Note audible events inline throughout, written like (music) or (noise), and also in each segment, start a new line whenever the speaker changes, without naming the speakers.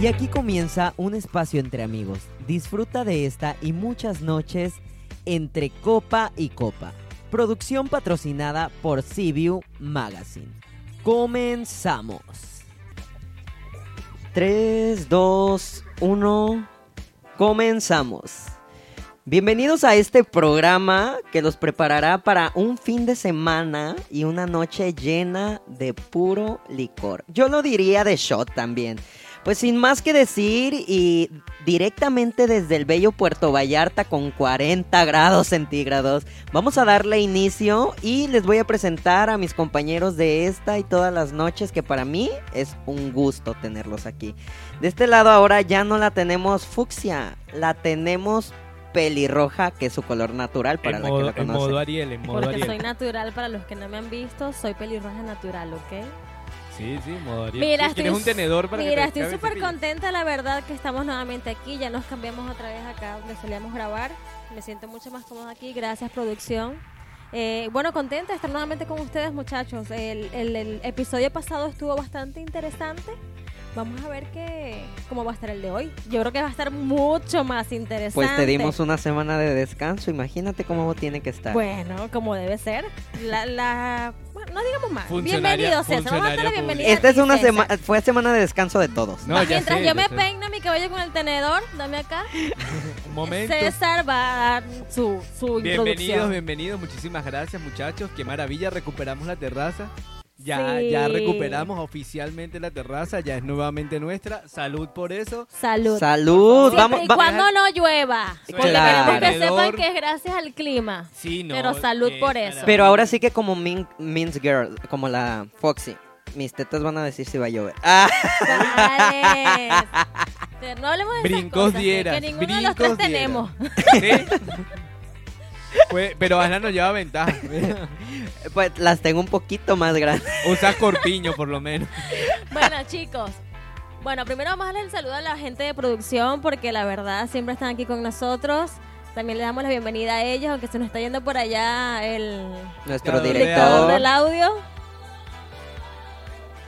Y aquí comienza un espacio entre amigos. Disfruta de esta y muchas noches entre copa y copa. Producción patrocinada por Civiu Magazine. Comenzamos. 3, 2, 1. Comenzamos. Bienvenidos a este programa que los preparará para un fin de semana y una noche llena de puro licor. Yo lo diría de shot también. Pues sin más que decir y directamente desde el bello Puerto Vallarta con 40 grados centígrados, vamos a darle inicio y les voy a presentar a mis compañeros de esta y todas las noches que para mí es un gusto tenerlos aquí. De este lado ahora ya no la tenemos fucsia, la tenemos pelirroja, que es su color natural para
En
la
modo-
que la
En modo
conoce.
Ariel, en modo
Porque
Ariel.
soy natural, para los que no me han visto, soy pelirroja natural, ¿ok?
Sí, sí, modo Ariel.
Mira,
Sí, ¿Quieres
estoy-
un tenedor para que
Mira,
te
estoy
acabe el
súper
cepillo?
contenta, la verdad, que estamos nuevamente aquí. Ya nos cambiamos otra vez acá donde solíamos grabar. Me siento mucho más cómoda aquí. Gracias, producción. Eh, bueno, contenta de estar nuevamente con ustedes, muchachos. El, el- el episodio pasado estuvo bastante interesante. Vamos a ver qué, cómo va a estar el de hoy. Yo creo que va a estar mucho más interesante.
Pues te dimos una semana de descanso, imagínate cómo tiene que estar.
Bueno, como debe ser. La, la- bueno, no digamos más.
Funcionaria-
Bienvenido, César. Vamos a darle
funcionaria
bienvenida.
Esta es
a ti,
una
César.
semana, fue semana de descanso de todos.
No, ya
Mientras
sé,
yo
ya
me
sé.
peino mi cabello con el tenedor, dame acá.
Un momento.
César va a dar su, su
Bienvenidos,
introducción.
bienvenidos. Muchísimas gracias, muchachos. Qué maravilla. Recuperamos la terraza. Ya,
Sí.
ya recuperamos oficialmente la terraza. Ya es nuevamente nuestra. Salud por eso.
Salud.
Salud,
Siempre
vamos,
y
va-
cuando no llueva. Porque
Claro.
queremos que
Tenedor.
sepan que es gracias al clima.
Sí, no.
Pero salud
eh,
por eso.
Pero ahora sí que como Min- Mince Girl, como la Foxy, mis tetas van a decir si va a llover. (laughs) Ah,
Vale.
(laughs)
Pero No hablemos de esas
Brincos
cosas, que-
dieras,
Que ninguno de los tres
brincos dieras.
tenemos.
Sí. Pues, pero Ana nos lleva ventaja. (laughs)
pues las tengo un poquito más grandes.
(laughs) Usa corpiño, por lo menos.
Bueno, chicos. Bueno, primero vamos a darle el saludo a la gente de producción porque la verdad siempre están aquí con nosotros. También le damos la bienvenida a ellos, aunque se nos está yendo por allá el
Nuestro
Claro,
dictador del
director.
audio.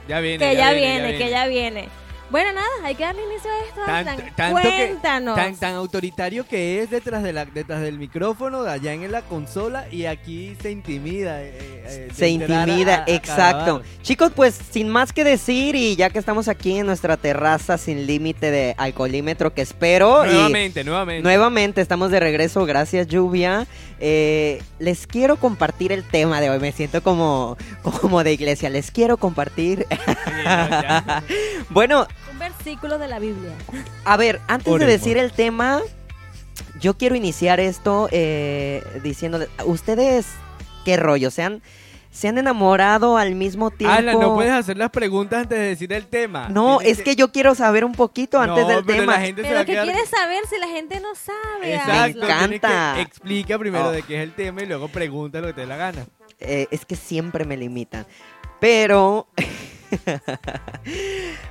Ya viene.
Que ya viene,
ya
que ya viene. Bueno, nada, hay que darle inicio a esto.
Tan-
Aslan.
tanto que-
Cuéntanos.
Tan, tan autoritario que es detrás, de la, detrás del micrófono, de allá en la consola, y aquí se intimida. eh, eh, de
Se
entrar a-
intimida,
a
exacto.
Caravaggio.
Chicos, pues sin más que decir y ya que estamos aquí en nuestra terraza sin límite de alcoholímetro que espero y
Nuevamente, nuevamente.
Nuevamente estamos de regreso, gracias Lluvia. Eh, les quiero compartir el tema de hoy, me siento como, como de iglesia, les quiero compartir. (laughs)
Sí, (laughs) no, ya.
bueno,
Un versículo de la Biblia.
Este
a ver, antes de
Oremos.
decir el tema, yo quiero iniciar esto eh, diciéndoles, ustedes, ¿qué rollo? ¿Se han, se han enamorado al mismo tiempo?
Alan, no puedes hacer las preguntas antes de decir el tema.
No,
Tienes
es que yo quiero saber un poquito antes
No,
del
pero
tema.
La gente se va
Pero
a
que
quedar-
quieres saber si la gente no sabe.
Exacto,
Me
Aslan.
tienes que-
encanta.
Explica primero
Oh.
de qué es el tema y luego pregunta lo que te dé la gana.
Eh, es que siempre me limitan. Pero... (laughs)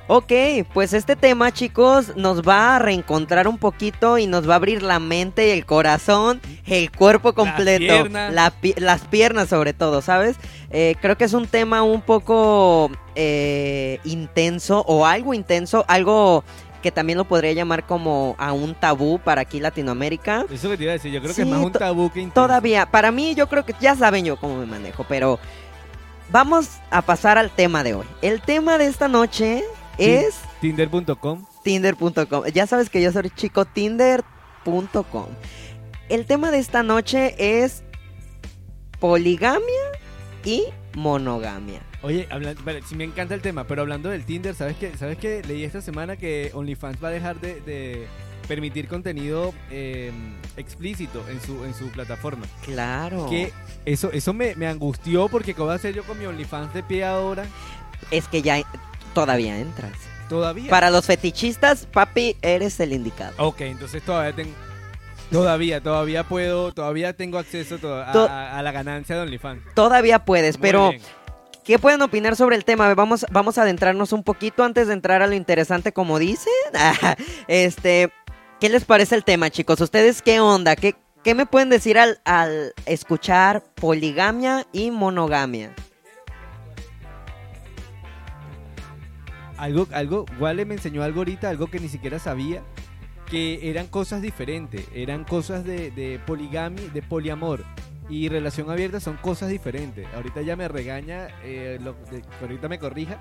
ok, pues este tema chicos nos va a reencontrar un poquito y nos va a abrir la mente y el corazón, el cuerpo completo,
piernas.
la pi- las piernas sobre todo, ¿sabes? Eh, creo que es un tema un poco eh, intenso o algo intenso, algo que también lo podría llamar como a un tabú para aquí Latinoamérica.
Eso que te iba a decir, yo creo
Sí,
que es más un
to-
tabú que intenso.
Todavía, para mí yo creo que ya saben yo cómo me manejo, pero vamos a pasar al tema de hoy. El tema de esta noche
Sí.
es
Tinder.com.
tinder.com. Ya sabes que yo soy chico tinder.com. El tema de esta noche es poligamia y monogamia.
Oye, hablando, sí me encanta el tema, pero hablando del Tinder, ¿sabes qué? ¿Sabes qué? Leí esta semana que OnlyFans va a dejar de, de permitir contenido eh, explícito en su, en su plataforma.
Claro.
Que eso, eso me, me angustió porque ¿qué voy a hacer yo con mi OnlyFans de pie ahora?
Es que ya todavía entras.
Todavía.
Para los fetichistas, papi, eres el indicado.
Ok, entonces todavía tengo... Todavía, todavía puedo, todavía tengo acceso to- a,
To-
a- a la ganancia de OnlyFans. Muy
Todavía puedes, pero...
bien.
¿Qué pueden opinar sobre el tema? Vamos, vamos a adentrarnos un poquito antes de entrar a lo interesante, como dicen. (laughs) este, ¿qué les parece el tema, chicos? ¿Ustedes qué onda? ¿Qué, qué me pueden decir al, al escuchar poligamia y monogamia?
algo, algo, Wale me enseñó algo ahorita, algo que ni siquiera sabía, que eran cosas diferentes, eran cosas de, de poligami, de poliamor. Y relación abierta son cosas diferentes. Ahorita ya me regaña, eh, lo- de- ahorita me corrija,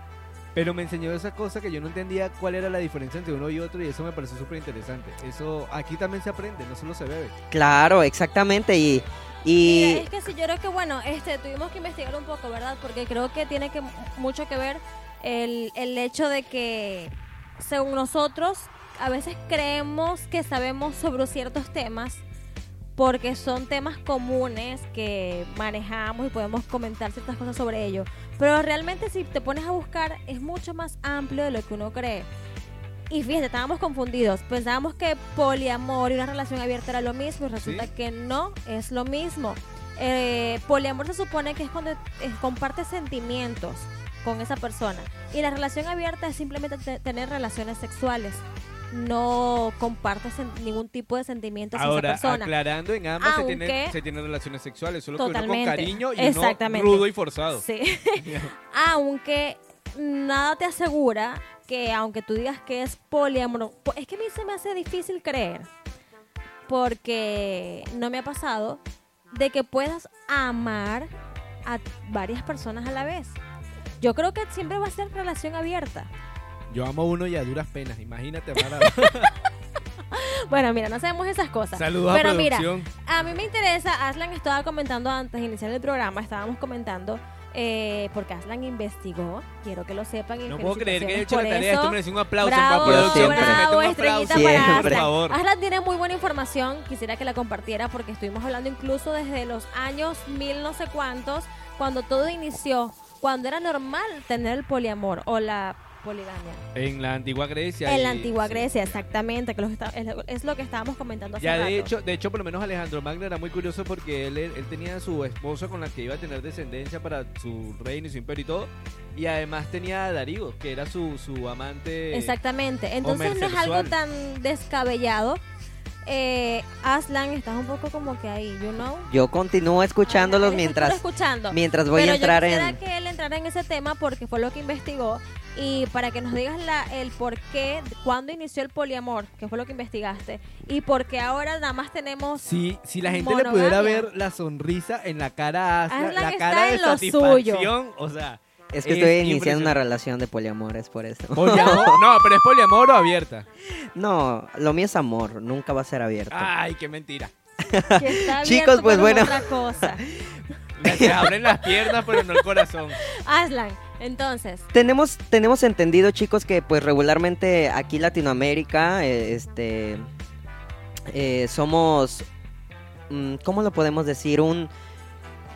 pero me enseñó esa cosa que yo no entendía cuál era la diferencia entre uno y otro y eso me pareció súper interesante. Eso aquí también se aprende, no solo se bebe.
Pues
Claro, exactamente. Y, y
Mira, es que sí, yo creo que bueno, este, tuvimos que investigar un poco, ¿verdad? Porque creo que tiene que mucho que ver el, el hecho de que, según nosotros, a veces creemos que sabemos sobre ciertos temas porque son temas comunes que manejamos y podemos comentar ciertas cosas sobre ello. Pero realmente si te pones a buscar es mucho más amplio de lo que uno cree. Y fíjate, estábamos confundidos. Pensábamos que poliamor y una relación abierta era lo mismo y resulta
Sí.
que no es lo mismo. Eh, poliamor se supone que es cuando eh, compartes sentimientos con esa persona. Y la relación abierta es simplemente te- tener relaciones sexuales. No compartes sen- ningún tipo de sentimientos con esa
Ahora,
persona.
aclarando, en ambas se tienen,
Aunque-
se tienen relaciones sexuales, solo que uno con
Totalmente.
cariño y uno
Exactamente.
rudo y forzado. (laughs)
Sí. aunque nada te asegura que aunque tú digas que es poliamor, po- es que a mí se me hace difícil creer, porque no me ha pasado de que puedas amar a varias personas a la vez. Yo creo que siempre va a ser relación abierta.
Yo amo a uno y a duras penas, imagínate.
(laughs)
Mara.
Bueno, mira, no sabemos esas cosas.
Saludos
Pero
a
mira,
producción.
A mí me interesa, Aslan estaba comentando antes de iniciar el programa, estábamos comentando, eh, porque Aslan investigó, quiero que lo sepan. y
no puedo creer que haya
eh,
hecho
felicitaciones
la
por
tarea,
eso.
esto merece un aplauso
Bravo,
para producción.
siempre.
que me
bravo,
meta un aplauso,
estrellita
Siempre.
para
por
Aslan.
favor.
Aslan tiene muy buena información, quisiera que la compartiera porque estuvimos hablando incluso desde los años mil no sé cuántos, cuando todo inició, cuando era normal tener el poliamor o la poligamia.
En la antigua Grecia.
En
y-
la antigua
sí.
Grecia, exactamente, que lo que está- es lo- es lo que estábamos comentando hace
Ya
rato.
de hecho, de hecho, por lo menos Alejandro Magno era muy curioso porque él, él tenía a su esposa con la que iba a tener descendencia para su reino y su imperio y todo. Y además tenía a Darío, que era su, su amante.
Exactamente. Entonces no es
homosexual.
algo tan descabellado. Eh, Aslan, estás un poco como que ahí, you know.
yo continúo escuchándolos
Él está
mientras,
puro escuchando.
mientras voy
Pero
a entrar
yo quisiera
en...
que él entrara en ese tema porque fue lo que investigó y para que nos digas la, el por qué, cuándo inició el poliamor, que fue lo que investigaste, y por qué ahora nada más
(laughs)
tenemos...
Si, si la gente
Monogamia.
le pudiera ver la sonrisa en la cara a Aslan,
Aslan
la
está
cara de
en lo
satisfacción, o sea,
Es que estoy
Es
iniciando una
impresionante.
relación de poliamor, es por eso.
(laughs)
poliamor- no, pero es poliamor o abierta.
No, lo mío es amor, nunca va a ser abierto.
Ay, qué mentira.
que está abierto,
Chicos, pues,
pero es
bueno.
Otra
(laughs)
cosa.
Le- Se abren las piernas, pero no el corazón.
Aslan, entonces,
Tenemos, tenemos entendido, chicos, que pues regularmente aquí Latinoamérica, eh, este, eh, somos, mm, ¿cómo lo podemos decir? Un,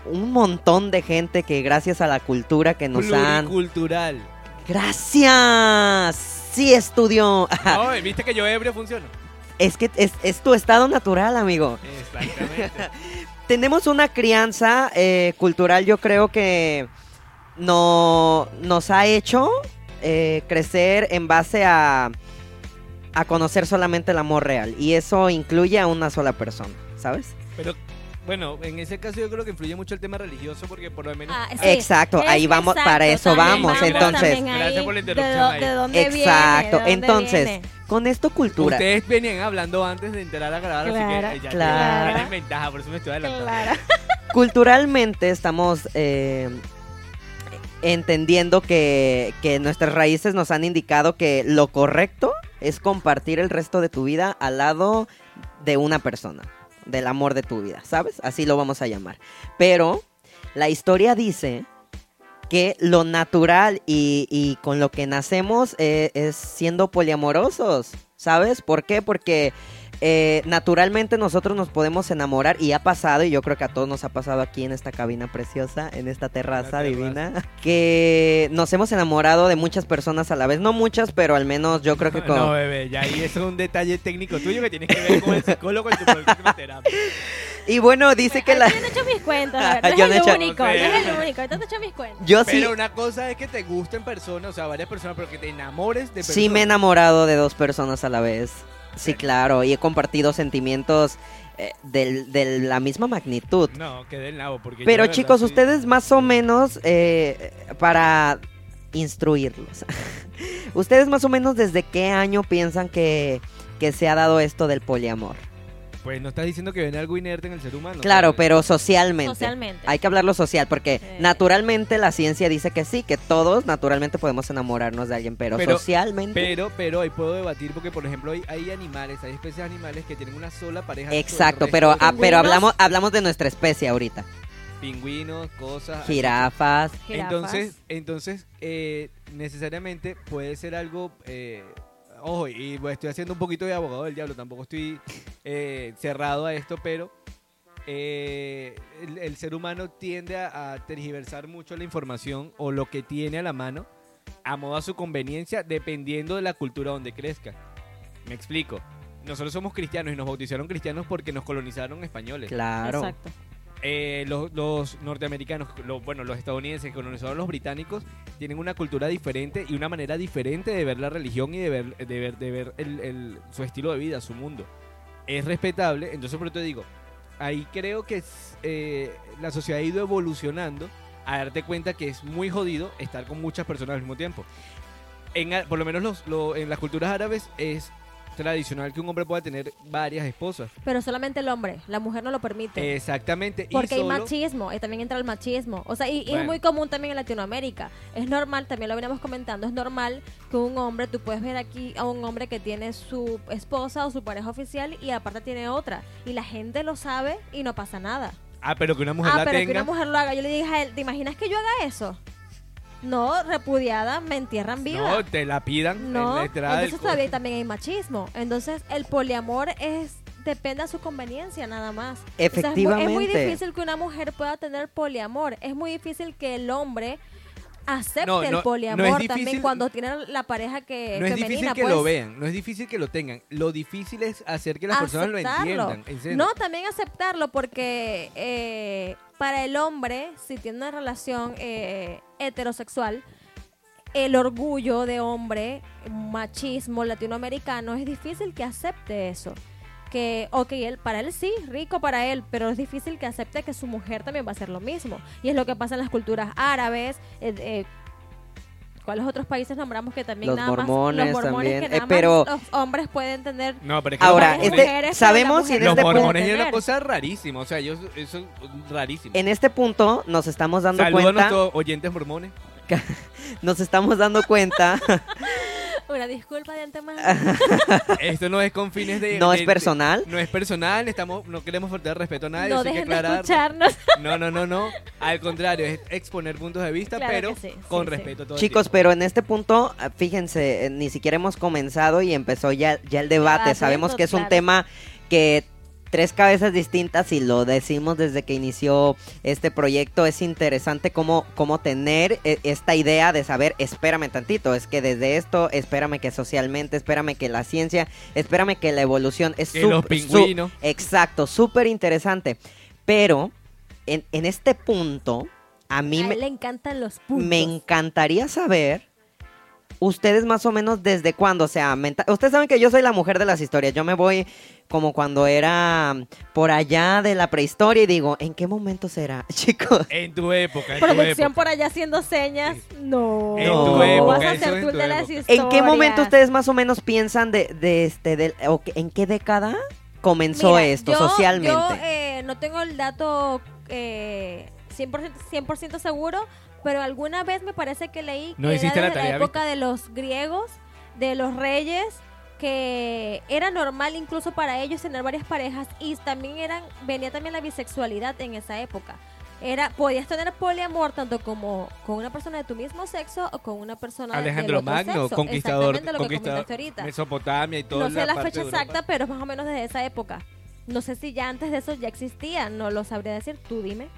un montón de gente que gracias a la cultura que (laughs) nos han...
Pluricultural.
(laughs) ¡Gracias! Sí, estudió.
No, eh, viste que yo ebrio funciona.
(laughs) Es que es, es tu estado natural, amigo.
Exactamente.
tenemos una crianza eh, cultural, yo creo que no, nos ha hecho eh, crecer en base a, a conocer solamente el amor real. Y eso incluye a una sola persona, ¿sabes?
Pero bueno, en ese caso yo creo que influye mucho el tema religioso porque por lo menos
ah,
Eh,
sí,
exacto,
es
ahí vamos,
exacto,
para eso
también
vamos.
vamos
entonces,
también ahí
Gracias por la
de
interrupción
do-
ahí.
De, dónde viene,
Exacto,
de dónde
entonces,
viene.
con esto cultura.
ustedes venían hablando antes de entrar a grabar, así
Claro,
que eh, ya
claro.
tienen gran ventaja, por eso me estoy adelantando.
Claro.
Culturalmente estamos eh, entendiendo que, que nuestras raíces nos han indicado que lo correcto es compartir el resto de tu vida al lado de una persona, del amor de tu vida, ¿sabes? Así lo vamos a llamar. Pero la historia dice que lo natural y, y con lo que nacemos eh, es siendo poliamorosos, ¿sabes? ¿Por qué? Porque eh, naturalmente nosotros nos podemos enamorar y ha pasado, y yo creo que a todos nos ha pasado aquí en esta cabina preciosa, en esta terraza
terraza.
divina, que nos hemos enamorado de muchas personas a la vez, no muchas, pero al menos yo creo que con...
No, bebé, ya ahí eso es un detalle técnico tuyo que tienes que ver con el psicólogo en
(laughs)
tu próxima terapia.
Y bueno, dice
(laughs)
que la...
Yo no he hecho mis cuentas, la verdad.
Yo
es
no he
el
hecho-
único,
O
no
sea.
es el único. Entonces he hecho mis cuentas.
Yo Ah, sí,
Pero una cosa es que te gusten personas, o sea, varias personas, pero que te enamores de personas.
sí me he enamorado de dos personas a la vez. Sí, claro, y he compartido sentimientos eh, del- de la misma magnitud.
No, quedé en lavo porque yo
Pero
de verdad
chicos,
sí-
ustedes más o menos eh, para instruirlos. (laughs) ¿Ustedes más o menos desde qué año piensan que, que se ha dado esto del poliamor?
Pues no estás diciendo que ven algo inerte en el ser humano.
Claro,
¿sabes?
pero socialmente.
Socialmente.
Hay que hablarlo social, porque
Sí.
naturalmente la ciencia dice que sí, que todos naturalmente podemos enamorarnos de alguien, pero,
Pero-
socialmente...
Pero, pero ahí puedo debatir porque, por ejemplo, hay, hay animales, hay especies de animales que tienen una sola pareja. todo el
Exacto,
resto
pero,
de-
ah, pero
Pingüinos.
hablamos, hablamos de nuestra especie ahorita.
Pingüinos, cosas. así.
Jirafas,
Jirafas.
Entonces, entonces eh, necesariamente puede ser algo... eh, ojo, y bueno, estoy haciendo un poquito de abogado del diablo, tampoco estoy eh, cerrado a esto, pero eh, el, el ser humano tiende a, a tergiversar mucho la información o lo que tiene a la mano a modo a su conveniencia dependiendo de la cultura donde crezca. Me explico. Nosotros somos cristianos y nos bautizaron cristianos porque nos colonizaron españoles.
claro.
Exacto.
Eh, los, los norteamericanos, lo- bueno, los estadounidenses que colonizaron los británicos, tienen una cultura diferente y una manera diferente de ver la religión y de ver, de ver, de ver el- el- su estilo de vida, su mundo. Es respetable, entonces por eso te digo, ahí creo que es, eh, la sociedad ha ido evolucionando a darte cuenta que es muy jodido estar con muchas personas al mismo tiempo. En, a- por lo menos los, lo- en las culturas árabes es tradicional que un hombre pueda tener varias esposas.
Pero solamente el hombre, la mujer no lo permite.
Exactamente. Eh, y
porque hay
solo-
machismo, eh, también entra el machismo. O sea, y, y
Bueno.
es muy común también en Latinoamérica. Es normal, también lo veníamos comentando, es normal que un hombre, tú puedes ver aquí a un hombre que tiene su esposa o su pareja oficial y aparte tiene otra. Y la gente lo sabe y no pasa nada.
Ah, pero que una mujer
ah,
la
pero
tenga.
que una mujer lo haga. Yo le dije a él, ¿te imaginas que yo haga eso? No, repudiada, me entierran viva.
No, te la pidan
No,
en la entrada del
entonces
co-
todavía también hay machismo. Entonces el poliamor es depende a su conveniencia nada más. O sea, es muy- es, muy,
Efectivamente.
difícil que una mujer pueda tener poliamor. Es muy difícil que el hombre acepte
No, no-
el poliamor
no es difícil-
también cuando tiene la pareja que
No es
femenina,
difícil que
pues.
lo vean, no es difícil que lo tengan. Lo difícil es hacer que las personas lo
Aceptarlo.
entiendan. en serio.
No, también aceptarlo porque eh, para el hombre, si tiene una relación eh, heterosexual, el orgullo de hombre, machismo latinoamericano, es difícil que acepte eso. Que, ok, él, para él sí, rico para él, pero es difícil que acepte que su mujer también va a hacer lo mismo. Y es lo que pasa en las culturas árabes. eh, eh, ¿Cuáles otros países nombramos que también
Los
nada más-
mormones
los mormones
también,
que nada
eh, pero-
más los hombres pueden tener
No, pero es que
Ahora,
los
Las
este,
mormones,
mujeres,
sabemos
pero
en
la
los
este,
mujer-
punto,
mormones es una
tener.
cosa rarísima. O sea, ellos, eso es rarísimo.
en este punto nos estamos dando
Saludos a
cuenta,
nuestros oyentes mormones.
nos estamos dando (laughs) cuenta,
Una disculpa de antemano.
Esto no es con fines de.
no
de-
es
de-
personal,
No es personal, estamos, no queremos faltar respeto a nadie.
no
eso hay que
dejen de
aclarar.
escucharnos.
No, no, no, no. Al contrario, es exponer puntos de vista,
Claro
pero
que sí, sí,
con
sí.
respeto a todo el
chicos,
tiempo.
pero en este punto, ah, fíjense, eh, ni siquiera hemos comenzado y empezó ya, ya el debate,
Debate,
sabemos que es un
claro.
tema que tres cabezas distintas y lo decimos desde que inició este proyecto, es interesante cómo, cómo tener eh, esta idea de saber, espérame tantito, es que desde esto, espérame que socialmente, espérame que la ciencia, espérame que la evolución es
Que los
sup- su-
pingüinos.
Exacto, súper interesante. Pero en, en este punto, a
A
mí
él
me,
le encantan los puntos.
me encantaría saber ustedes más o menos desde cuándo, o sea, menta- ustedes saben que yo soy la mujer de las historias, yo me voy como cuando era por allá de la prehistoria y digo, ¿en qué momento será, (laughs) chicos?
En tu época, en tu
Producción
época.
por allá haciendo señas. No.
En
tu
¿Cómo
época,
vas
eso
a hacer
en
tú el
tu
de las
época.
¿En qué momento
historias?
ustedes más o menos piensan de, de este, del- o que- en qué década comenzó
Mira,
esto
yo-
socialmente?
Yo eh, no tengo el dato eh, 100%, 100% seguro, pero alguna vez me parece que leí
No
que
hiciste la
desde
tarea,
época de los griegos, de los reyes, que era normal incluso para ellos tener varias parejas y también eran venía también la bisexualidad en esa época. Era, podías tener poliamor tanto como con una persona de tu mismo sexo o con una persona del
Alejandro
otro
Magno,
sexo.
conquistador,
Exactamente lo que
conquistador
comentaste ahorita
Mesopotamia y todo.
no sé la,
parte
fecha
de Europa.
exacta, pero es más o menos desde esa época. No sé si ya antes de eso ya existía, no lo sabría decir, tú dime.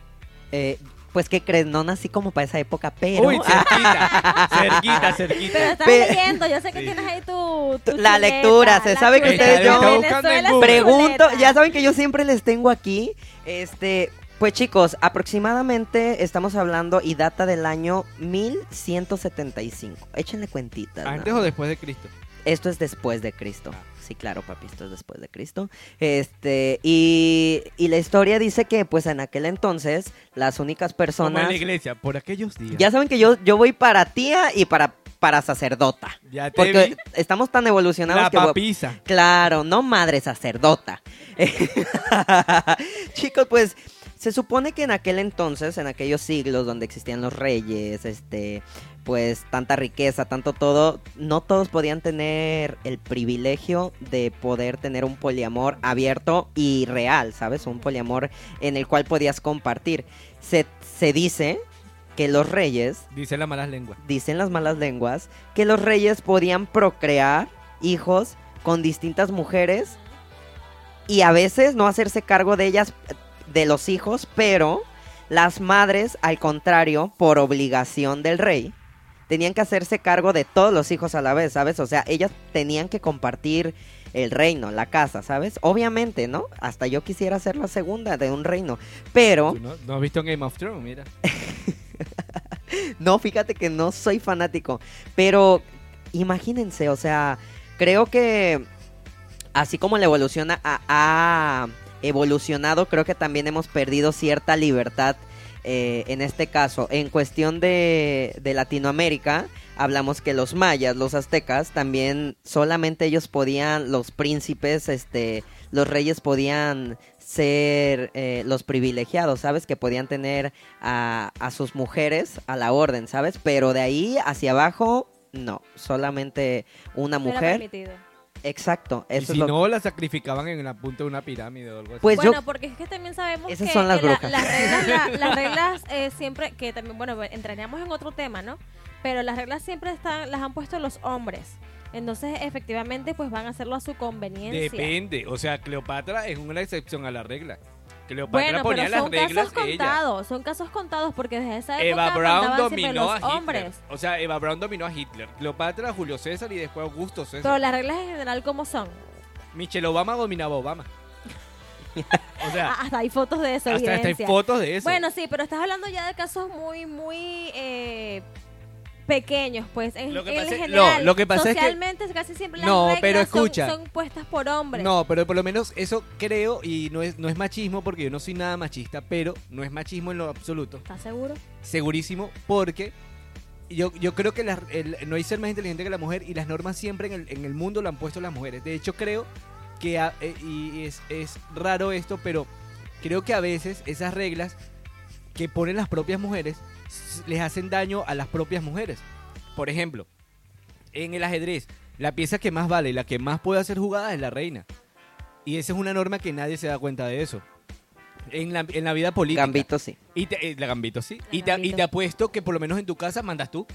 Eh, pues, ¿qué crees? No nací como para esa época, pero... (laughs)
Uy, cerquita, cerquita, cerquita.
Pero estás
Pe-
leyendo, yo sé que
Sí.
tienes ahí tu, tu
La
chuleta,
lectura, se
la
sabe que
chuleta.
ustedes- yo-
Venezuela
Buscando en
es
Google.
Pregunto,
chuleta.
ya saben que yo siempre les tengo aquí, este, pues chicos, aproximadamente estamos hablando y data del año 1175. Échenle cuentitas. ¿no?
Antes o después de Cristo.
Esto es después de Cristo.
Ah.
Sí, claro, papi, esto es después de Cristo. Este, y, y la historia dice que, pues en aquel entonces, las únicas
Como en
personas.
la iglesia, por aquellos días.
Ya saben que yo, yo voy para tía y para, para sacerdota.
Ya te vi
Porque estamos tan evolucionados
la
que. voy-
papiza.
Claro, no madre sacerdota. (laughs) Chicos, pues se supone que en aquel entonces, en aquellos siglos donde existían los reyes, este, pues tanta riqueza, tanto todo, no todos podían tener el privilegio de poder tener un poliamor abierto y real, ¿sabes? Un poliamor en el cual podías compartir. Se, se dice que los reyes
Dice la malas lenguas.
dicen las malas lenguas, que los reyes podían procrear hijos con distintas mujeres y a veces no hacerse cargo de ellas, de los hijos, pero las madres, al contrario, por obligación del rey, tenían que hacerse cargo de todos los hijos a la vez, ¿sabes? O sea, ellas tenían que compartir el reino, la casa, ¿sabes? Obviamente, ¿no? Hasta yo quisiera ser la segunda de un reino, pero...
Tú No, no has visto Game of Thrones, mira.
No, fíjate que no soy fanático. Pero imagínense, o sea, creo que así como la evolución ha, ha evolucionado, creo que también hemos perdido cierta libertad. eh, en este caso, en cuestión de, de Latinoamérica, hablamos que los mayas, los aztecas, también solamente ellos podían, los príncipes, este, los reyes podían ser eh, los privilegiados, ¿sabes? Que podían tener a, a sus mujeres a la orden, ¿sabes? Pero de ahí hacia abajo, no, solamente una
No era
mujer.
permitido.
Exacto,
Y
eso
si
es lo
no, la sacrificaban en la punta de una pirámide o algo así.
Pues yo-
bueno, porque es que también sabemos
Esas
que,
son las
que la-
brujas.
las
(laughs)
reglas, la- las reglas eh, siempre, que también, bueno, entraríamos en otro tema, ¿no? Pero las reglas siempre están, las han puesto los hombres. Entonces, efectivamente, pues van a hacerlo a su conveniencia.
Depende. O sea, Cleopatra es una excepción a la regla. Cleopatra
Bueno,
ponía
pero
las
son
reglas
casos
ella.
contados, son casos contados porque desde esa época
Eva Brown
mandaban siempre
dominó a
los
Hitler.
hombres.
O sea, Eva Brown dominó a Hitler. Cleopatra, Julio César y después Augusto César.
Pero las reglas en general, ¿cómo son?
Michelle Obama dominaba a
(laughs)
Obama. o sea,
Ah, Hasta hay fotos de eso,
hasta, hasta hay
evidencia.
fotos de eso.
Bueno, sí, pero estás hablando ya de casos muy, muy eh, pequeños, pues. En,
Lo que
en
pasa es-
general,
no, lo que pasa es que-
socialmente casi siempre las
No,
reglas
pero
son-
escucha.
Son, puestas por hombres.
No, pero por lo menos eso creo y no es, no es machismo porque yo no soy nada machista, pero no es machismo en lo absoluto.
¿Estás seguro?
Segurísimo porque yo, yo creo que las- el- no hay ser más inteligente que la mujer y las normas siempre en el, en el mundo lo han puesto las mujeres. De hecho creo que, a- eh, y es, es raro esto, pero creo que a veces esas reglas que ponen las propias mujeres s- les hacen daño a las propias mujeres. Por ejemplo, en el ajedrez, la pieza que más vale, la que más puede hacer jugadas es la reina. Y esa es una norma que nadie se da cuenta de eso. En la, en la vida política.
Gambito sí.
Y te, eh, la gambito, sí.
La
y, te, y
Gambito.
te apuesto que por lo menos en tu casa mandas tú.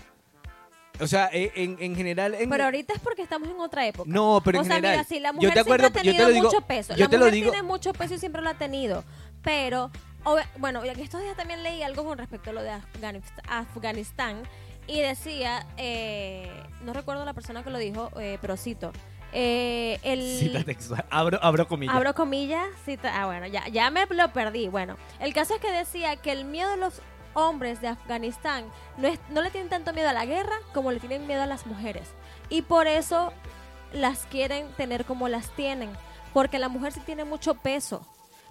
O sea, eh, en, en general... En,
Pero ahorita es porque estamos en otra época.
No, pero
o
en
sea,
general...
mira, sí, la
yo
mujer
te acuerdo-
siempre ha
yo
tenido
te lo digo,
mucho peso.
Yo
la
te lo
mujer
digo... (laughs)
tiene mucho peso y siempre lo ha tenido. Pero, obvia- bueno, y aquí estos días también leí algo con respecto a lo de Afganist- Afganistán y decía, eh, no recuerdo la persona que lo dijo, eh, pero cito, eh, el...
Cita textual. Abro, abro comillas.
Abro comillas, cita. Ah, bueno, ya, ya me lo perdí. Bueno, el caso es que decía que el miedo de los hombres de Afganistán no, es, no le tienen tanto miedo a la guerra como le tienen miedo a las mujeres. Y por eso las quieren tener como las tienen. Porque la mujer sí tiene mucho peso.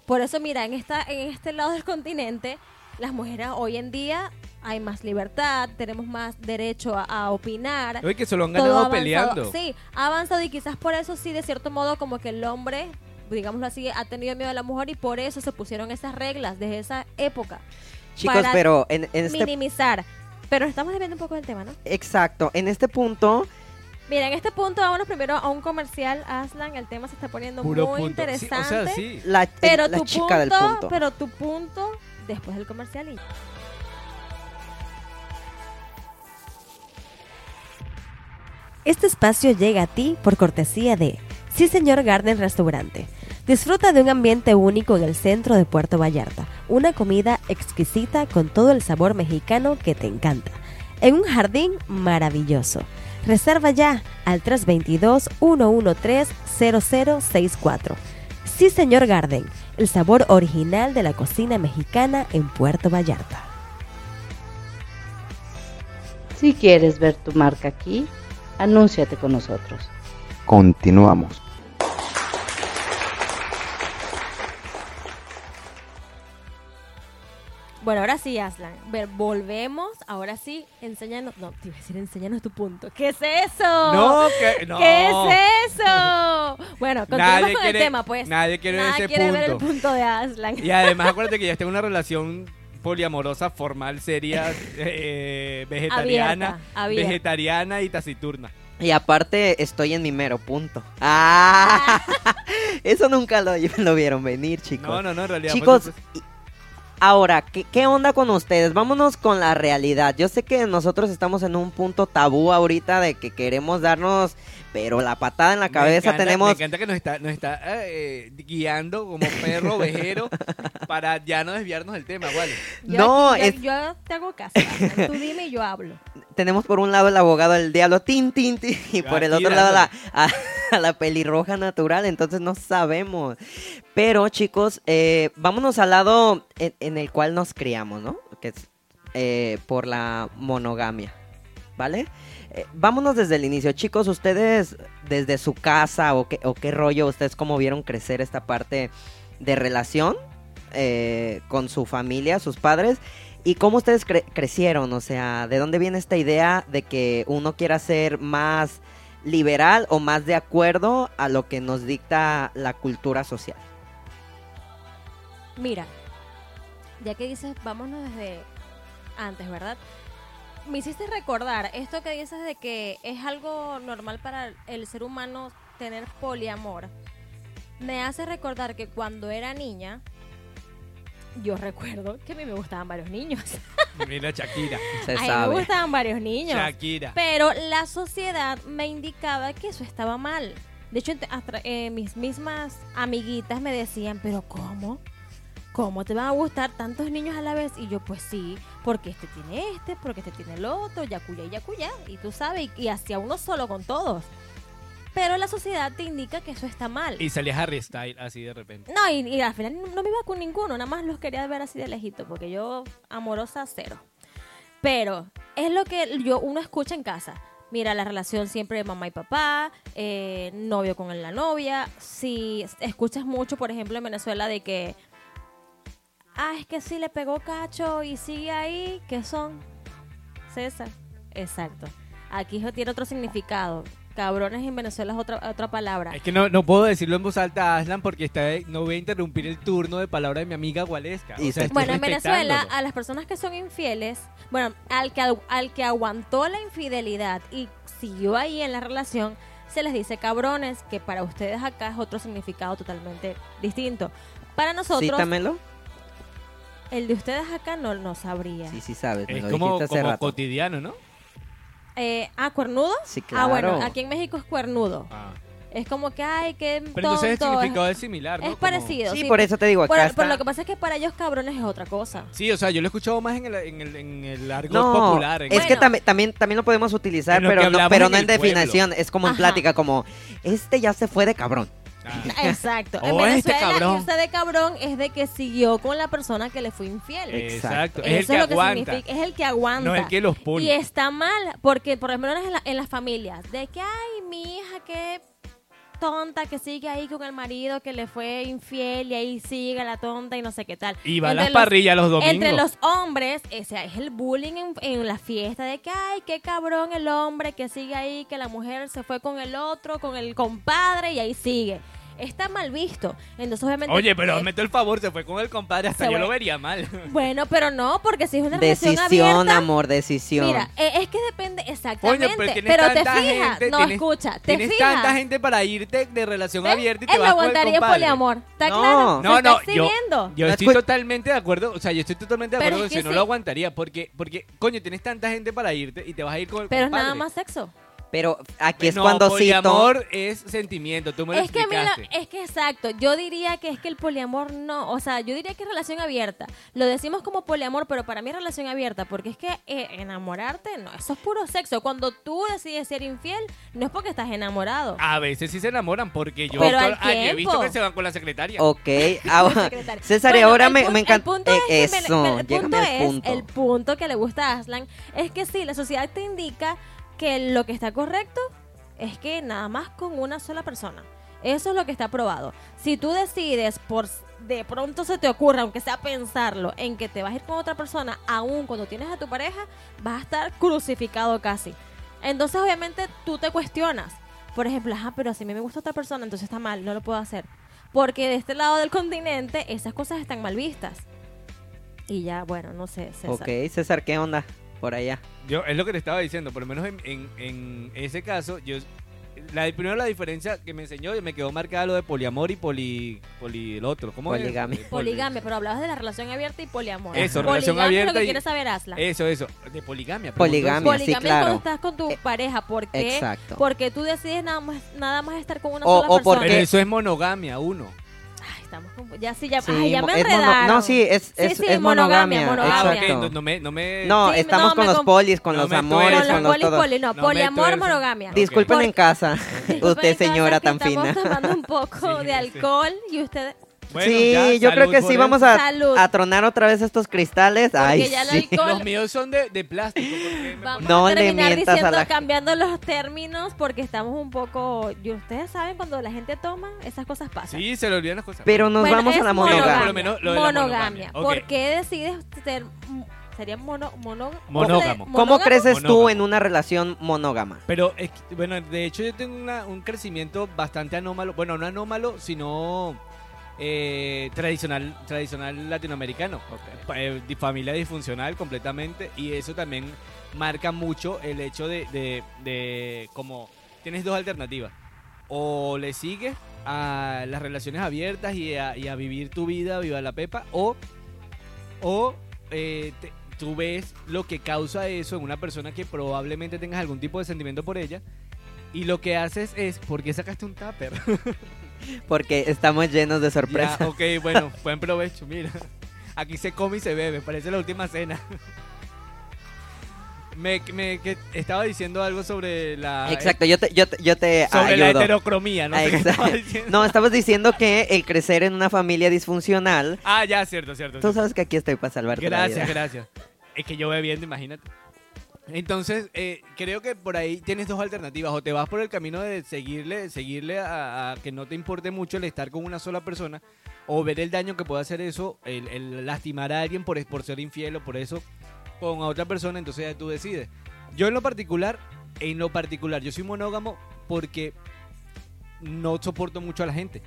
Por eso, mira, en, esta, en este lado del continente, las mujeres hoy en día hay más libertad, tenemos más derecho a, a opinar
Oye, que se lo han
todo
ganado
avanzado.
peleando.
Sí, ha avanzado y quizás por eso sí, de cierto modo, como que el hombre, digámoslo así, ha tenido miedo a la mujer y por eso se pusieron esas reglas desde esa época.
Chicos,
Para
pero en, en este...
Minimizar. Pero estamos desviando un poco del tema, ¿no?
Exacto, en este punto...
Mira, en este punto vámonos primero a un comercial, Aslan. El tema se está poniendo
Puro
muy
punto. Sí,
interesante.
o sea, sí.
La,
Pero
la
tu
chica
punto,
del punto.
pero tu punto después del comercial. Y... Este espacio llega a ti por cortesía de Sí Señor Garden Restaurante. Disfruta de un ambiente único en el centro de Puerto Vallarta, una comida exquisita con todo el sabor mexicano que te encanta, en un jardín maravilloso. Reserva ya al 322-113-0064. Sí Señor Garden, el sabor original de la cocina mexicana en Puerto Vallarta.
Si quieres ver tu marca aquí, anúnciate con nosotros. Continuamos.
Bueno, ahora sí, Aslan. Ver, volvemos. Ahora sí, enséñanos. No, te iba a decir, enséñanos tu punto. ¿Qué es eso?
No, que no.
¿Qué es
(laughs)
eso? Bueno, continuamos
Nadie
con
quiere-
el tema, pues.
nadie quiere ver
Nadie
ese
quiere ver el
punto.
punto de Aslan.
Y además acuérdate que ya está en una relación poliamorosa, formal, seria, eh, vegetariana,
Abierta, abierta.
vegetariana y taciturna.
Y aparte estoy en mi mero punto. ¡Ah! (laughs) Eso nunca lo, (laughs) lo vieron venir, chicos.
No, no, no, en realidad. pues, fue
Chicos,
sorpresa.
y- ahora, ¿qué, qué onda con ustedes? Vámonos con la realidad. Yo sé que nosotros estamos en un punto tabú ahorita de que queremos darnos, pero la patada en la
Me
cabeza
encanta- Me
tenemos...
encanta que nos está, nos está eh, guiando como
(laughs)
perro ovejero para ya no desviarnos del tema, ¿vale?
(laughs) Yo
No,
aquí- yo,
es-
yo te hago caso. Aslan. Tú dime y yo hablo.
Tenemos por un lado el abogado del diablo, tin, tin, tin, (laughs) y por el
Aquí
otro lado la, a, a (laughs) la pelirroja natural, entonces no sabemos. Pero chicos, eh, vámonos al lado en, en el cual nos criamos, ¿no? Que es eh, por la monogamia, ¿vale? Eh, vámonos desde el inicio, chicos, ustedes desde su casa o qué, o qué rollo, ustedes cómo vieron crecer esta parte de relación eh, con su familia, sus padres. ¿Y cómo ustedes cre- crecieron? O sea, ¿de dónde viene esta idea de que uno quiera ser más liberal o más de acuerdo a lo que nos dicta la cultura social?
Mira, ya que dices, vámonos desde antes, ¿verdad? Me hiciste recordar esto que dices de que es algo normal para el ser humano tener poliamor. Me hace recordar que cuando era niña, yo recuerdo que a mí me gustaban varios niños.
Mira, Shakira.
Se
a mí
sabe.
me gustaban varios niños.
Shakira.
Pero la sociedad me indicaba que eso estaba mal. De hecho, ent- hasta, eh, mis mismas amiguitas me decían, pero ¿cómo? ¿Cómo te van a gustar tantos niños a la vez? Y yo, pues sí, porque este tiene este, porque este tiene el otro, yacuya y yacuya. Y tú sabes, y, y hacía uno solo con todos. Pero la sociedad te indica que eso está mal.
Y salías Harry Style así de repente.
No, y, y al final no me iba con ninguno, nada más los quería ver así de lejito, porque yo amorosa cero. Pero es lo que yo uno escucha en casa. Mira, la relación siempre de mamá y papá, eh, novio con la novia. Si escuchas mucho, por ejemplo, en Venezuela de que, ah, es que sí le pegó cacho y sigue ahí, ¿qué son? César. Exacto. Aquí eso tiene otro significado. Cabrones en Venezuela es otra, otra palabra.
Es que no, no puedo decirlo en voz alta a Aslan porque está, no voy a interrumpir el turno de palabra de mi amiga Gualesca.
Y
O sea,
se-
estoy
Bueno, en Venezuela,
respetándolo.
a las personas que son infieles, bueno, al que, agu- al que aguantó la infidelidad y siguió ahí en la relación, se les dice cabrones, que para ustedes acá es otro significado totalmente distinto. Para nosotros,
Cítamelo.
el de ustedes acá no, no sabría.
Sí, sí sabes, me
Es
lo
como,
dijiste hace
como
rato.
cotidiano, ¿no?
Eh, ah, cuernudo.
Sí,
Ah,
claro.
bueno, aquí en México es cuernudo.
Ah.
Es como que, ay, qué
Pero entonces el
tonto, es-
significado es similar, ¿no?
es
Como-
parecido.
Sí,
sí.
por eso te digo, acá
Bueno,
está-
pero lo que pasa es que para ellos cabrones es
(laughs)
otra cosa.
Sí, o sea, yo lo he escuchado más en el, en el, en el argot
No,
popular. En
es que
Bueno.
también, también, también lo podemos utilizar,
En lo que
pero no,
hablamos
pero
en
no en
el pueblo.
definición, es como en
Ajá.
plática, como, este ya se fue de cabrón.
Ah.
Exacto. En
Oh, este
Venezuela,
cabrón.
irse de cabrón es de que siguió con la persona que le fue infiel.
Exacto.
Exacto.
Es el
Eso
que
lo
aguanta.
significa- es el que aguanta.
No es el que los pone.
Y está mal, porque por ejemplo en, la- en las familias, de que, ay, mi hija, qué tonta que sigue ahí con el marido que le fue infiel y ahí sigue la tonta y no sé qué tal.
Y va a
Entre
las
los-
parrillas los domingos.
Entre los hombres, o sea, es el bullying en, en la fiesta de que, ay, qué cabrón el hombre que sigue ahí, que la mujer se fue con el otro, con el compadre y ahí sigue. Está mal visto. Entonces, obviamente.
Oye, pero
eh,
meto el favor, se fue con el compadre, hasta
Se
yo
fue.
lo vería mal.
Bueno, pero no, porque si es una relación
Decisión,
abierta.
amor, decisión.
Mira, eh, es que depende exactamente.
Coño, pero
pero
tienes
te
tanta
fijas,
gente,
no
tienes-
escucha, te
Tienes
fijas.
tanta gente para irte de relación
¿Ves?
abierta y te
Él lo
vas con el
aguantaría en
compadre.
poliamor. ¿Está
No.
No,
claro? Se
no,
está
yo,
exhibiendo.
yo
No,
estoy
escu-
totalmente de acuerdo, o sea, yo estoy totalmente de
Pero
acuerdo
es
si
que
no
sí.
lo aguantaría, porque, porque, coño, tienes tanta gente para irte y te vas a ir con el
Pero es
compadre.
nada más sexo.
Pero aquí es
no, pues,
cuando cito...
poliamor es sentimiento, tú me lo
Es que, mira, eh,
explicaste.
es que exacto. Yo diría que es que el poliamor no. O sea, yo diría que es relación abierta. Lo decimos como poliamor, pero para mí es relación abierta. Porque es que eh, enamorarte, no. Eso es puro sexo. Cuando tú decides ser infiel, no es porque estás enamorado.
A veces sí se enamoran, porque yo,
Pero al
ah, yo he visto
tiempo.
que se van con la secretaria.
Ok,
(laughs)
(laughs) ahora, César, y
Bueno,
ahora
el
me,
pun-
me
el
encanta...
punto es que
eh,
me-
Eso,
me- el
llégame
punto
al
es-
punto.
el punto que le gusta a Aslan es que sí, la sociedad te indica que lo que está correcto es que nada más con una sola persona. Eso es lo que está probado. Si tú decides por de pronto se te ocurra, aunque sea pensarlo, en que te vas a ir con otra persona, aún cuando tienes a tu pareja, vas a estar crucificado casi. Entonces, obviamente, tú te cuestionas. Por ejemplo, ah, pero si a mí me gusta otra persona, entonces está mal, no lo puedo hacer. Porque de este lado del continente, esas cosas están mal vistas. Y ya, bueno, no sé, César.
Ok, César, ¿qué onda por allá?
Yo, es lo que te estaba diciendo, por lo menos en, en- en ese caso, yo la, primero la diferencia que me enseñó y me quedó marcada lo de poliamor y poli, poli el otro. ¿Cómo es?
Poligamia.
Eh, poli-
Poligamia, pero hablabas de la relación abierta y poliamor.
Eso,
Poligamia
relación
es lo
abierta
que
y-
quieres saber, Aslan.
Eso, eso. De poligamia. preguntó
Poligamia.
eso.
Eh, sí,
Poligamia es cuando
claro.
estás con tu
Eh,
pareja. ¿Por qué?
Exacto.
Porque tú decides nada más, nada más estar con una
O-
sola
o
persona.
Pero
porque-
eso es monogamia, uno.
Ay, estamos con- Ya sí, ya,
Sí,
ay, ya me
es mono-
enredaron.
No, sí, es,
Sí,
es,
sí,
es monogamia.
monogamia, monogamia.
Exacto.
ok, no, no me... No, me,
No,
Sí,
estamos
no,
con
me
los
conf-
polis, con
no
los
me
amores,
tuerzo.
con los
con los poli,
todos.
poli, no,
No me
poliamor,
tuerzo.
monogamia.
Dis-
Disculpen
Por-
en casa,
Disculpen,
(laughs) usted
entonces,
señora
que
tan
estamos
fina.
tomando un poco
Sí, sí.
de alcohol y usted...
Bueno,
sí, yo
ya,
creo
salud
que
por
sí
eso.
vamos a,
Salud.
a tronar otra vez estos cristales.
Porque
Ay,
ya el
sí.
alcohol-
Los míos son de, de plástico. porque me
Vamos
ponen-
No
a
le
terminar
mientas a
diciendo,
la-
cambiando los términos porque estamos un poco... Y ustedes saben, cuando la gente toma, esas cosas pasan.
Sí, se le olvidan las cosas.
Pero nos
Bueno,
vamos a
es
la
monogamia.
monogamia.
Por lo menos lo de la
Monogamia.
monogamia. Ok.
¿Por qué decides ser... Sería mono, mono,
Monógamo.
¿Cómo creces tú
Monógamo.
en una relación monógama?
Pero, es que- bueno, de hecho yo tengo una- un crecimiento bastante anómalo. Bueno, no anómalo, sino eh, tradicional, tradicional latinoamericano. Pa- eh, di- familia disfuncional completamente. Y eso también marca mucho el hecho de, de- de como tienes dos alternativas. O le sigues a las relaciones abiertas y a, y a vivir tu vida, viva la pepa, o, o eh, te- tú ves lo que causa eso en una persona que probablemente tengas algún tipo de sentimiento por ella. Y lo que haces es, ¿por qué sacaste un tupper? (laughs)
Porque estamos llenos de sorpresas.
Ya, ok, bueno, buen provecho, mira. (laughs) Aquí se come y se bebe, parece la última cena. (laughs) Me, me- que estaba diciendo algo sobre la...
Exacto, yo te, yo te, yo te
eh, Sobre la
ayudo.
heterocromía, ¿no? (laughs)
Ah,
sé qué
exacto.
estaba diciendo.
No, estabas diciendo que el crecer en una familia disfuncional.
Ah, ya, cierto, cierto.
Tú
cierto.
sabes que aquí estoy para salvarte la
Gracias,
vida.
gracias. Es que yo bebiendo, imagínate. Entonces, eh, creo que por ahí tienes dos alternativas. O te vas por el camino de seguirle, seguirle a, a que no te importe mucho el estar con una sola persona. O ver el daño que puede hacer eso, el, el lastimar a alguien por, por ser infiel o por eso con otra persona. Entonces ya tú decides. Yo en lo particular, en lo particular, yo soy monógamo porque no soporto mucho a la gente.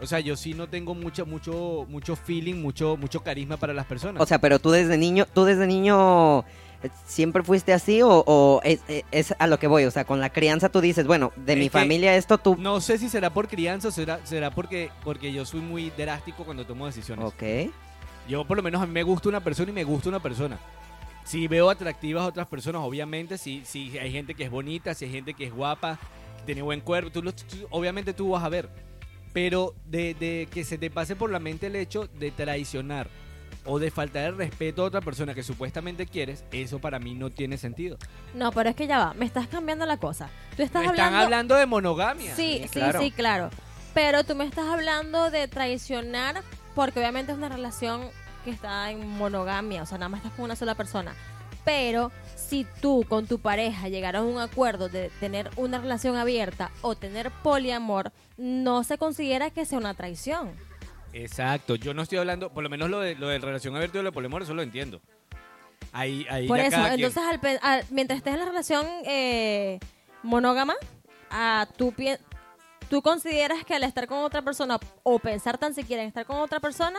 O sea, yo sí no tengo mucho, mucho, mucho feeling, mucho, mucho carisma para las personas.
O sea, pero tú desde niño, tú desde niño eh, siempre fuiste así o, o es, es- es a lo que voy, o sea, con la crianza tú dices, bueno, de
Es
mi
que-
familia esto tú...
No sé si será por crianza o será, será porque, porque yo soy muy drástico cuando tomo decisiones.
Ok.
Yo por lo menos a mí me gusta una persona y me gusta una persona. Si veo atractivas a otras personas, obviamente, si, si hay gente que es bonita, si hay gente que es guapa, que tiene buen cuerpo, tú, lo- tú- obviamente tú vas a ver. Pero de, de que se te pase por la mente el hecho de traicionar o de faltar el respeto a otra persona que supuestamente quieres, eso para mí no tiene sentido.
No, pero es que ya va, me estás cambiando la cosa. Tú estás
Me están
hablando...
hablando de monogamia.
Sí, sí,
claro.
sí, claro. Pero tú me estás hablando de traicionar porque obviamente es una relación que está en monogamia, o sea, nada más estás con una sola persona. Pero si tú con tu pareja llegaron a un acuerdo de tener una relación abierta o tener poliamor, no se considera que sea una traición.
Exacto, yo no estoy hablando, por lo menos lo de, lo de relación abierta y lo de poliamor, eso lo entiendo. Ahí, ahí
Por
ya
eso,
cada quien.
entonces, al pe- al- mientras estés en la relación eh, monógama, ah, tú, pi- tú consideras que al estar con otra persona o pensar tan siquiera en estar con otra persona,